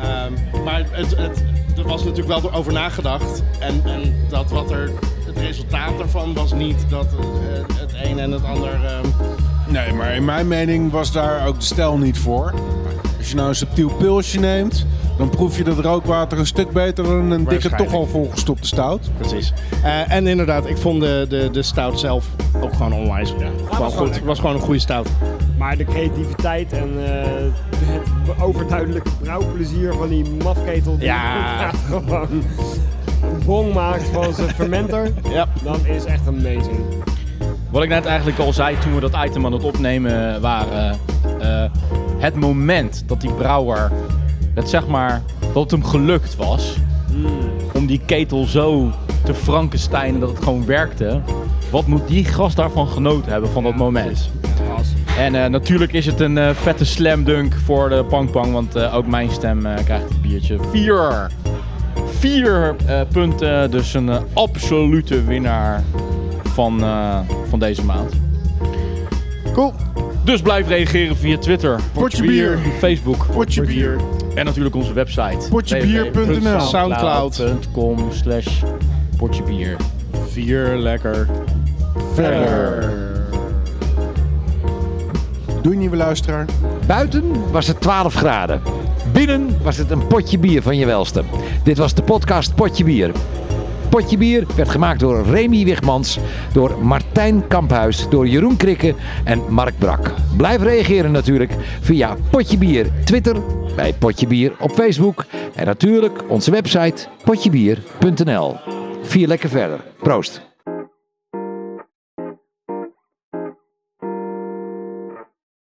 Ehm, maar het, het, er was natuurlijk wel over nagedacht. En, en dat wat er, het resultaat daarvan was niet dat eh, het een en het ander... ehm, Nee, maar in mijn mening was daar ook de stijl niet voor. Als je nou een subtiel pilsje neemt, dan proef je dat rookwater een stuk beter dan een dikke Waarschijnlijk. toch al volgestopte stout. Precies. Eh, en inderdaad, ik vond de, de, de stout zelf ook gewoon onwijs. was gewoon gewoon goed. Het lekker. was gewoon een goede stout. Maar de creativiteit en eh, het overduidelijke brouwplezier van die mafketel die Ja. gewoon een bong maakt van zijn fermenter. ja. Dat is echt amazing. Wat ik net eigenlijk al zei toen we dat item aan het opnemen waren. eh, het moment dat die brouwer, dat zeg maar, dat het hem gelukt was. Om die ketel zo te frankensteinen dat het gewoon werkte. Wat moet die gast daarvan genoten hebben van dat moment? En eh, natuurlijk is het een eh, vette slam dunk voor de Pang Pang. Want eh, ook mijn stem eh, krijgt het biertje. Vier! Vier eh, punten. Dus een eh, absolute winnaar van, eh, van deze maand. Cool. Dus blijf reageren via Twitter. Potje bier. Facebook. Potje bier. En natuurlijk onze website. Potjebier.nl. Soundcloud.com slash potjebier. Vier lekker. Doei nieuwe luisteraar. Buiten was het 12 graden. Binnen was het een potje bier van je welste. Dit was de podcast Potje Bier. Potje Bier werd gemaakt door Remy Wigmans, door Martijn Kamphuis, door Jeroen Krikke en Mark Brak. Blijf reageren natuurlijk via Potje Bier Twitter, bij Potje Bier op Facebook en natuurlijk onze website potjebier.nl. Vier lekker verder. Proost.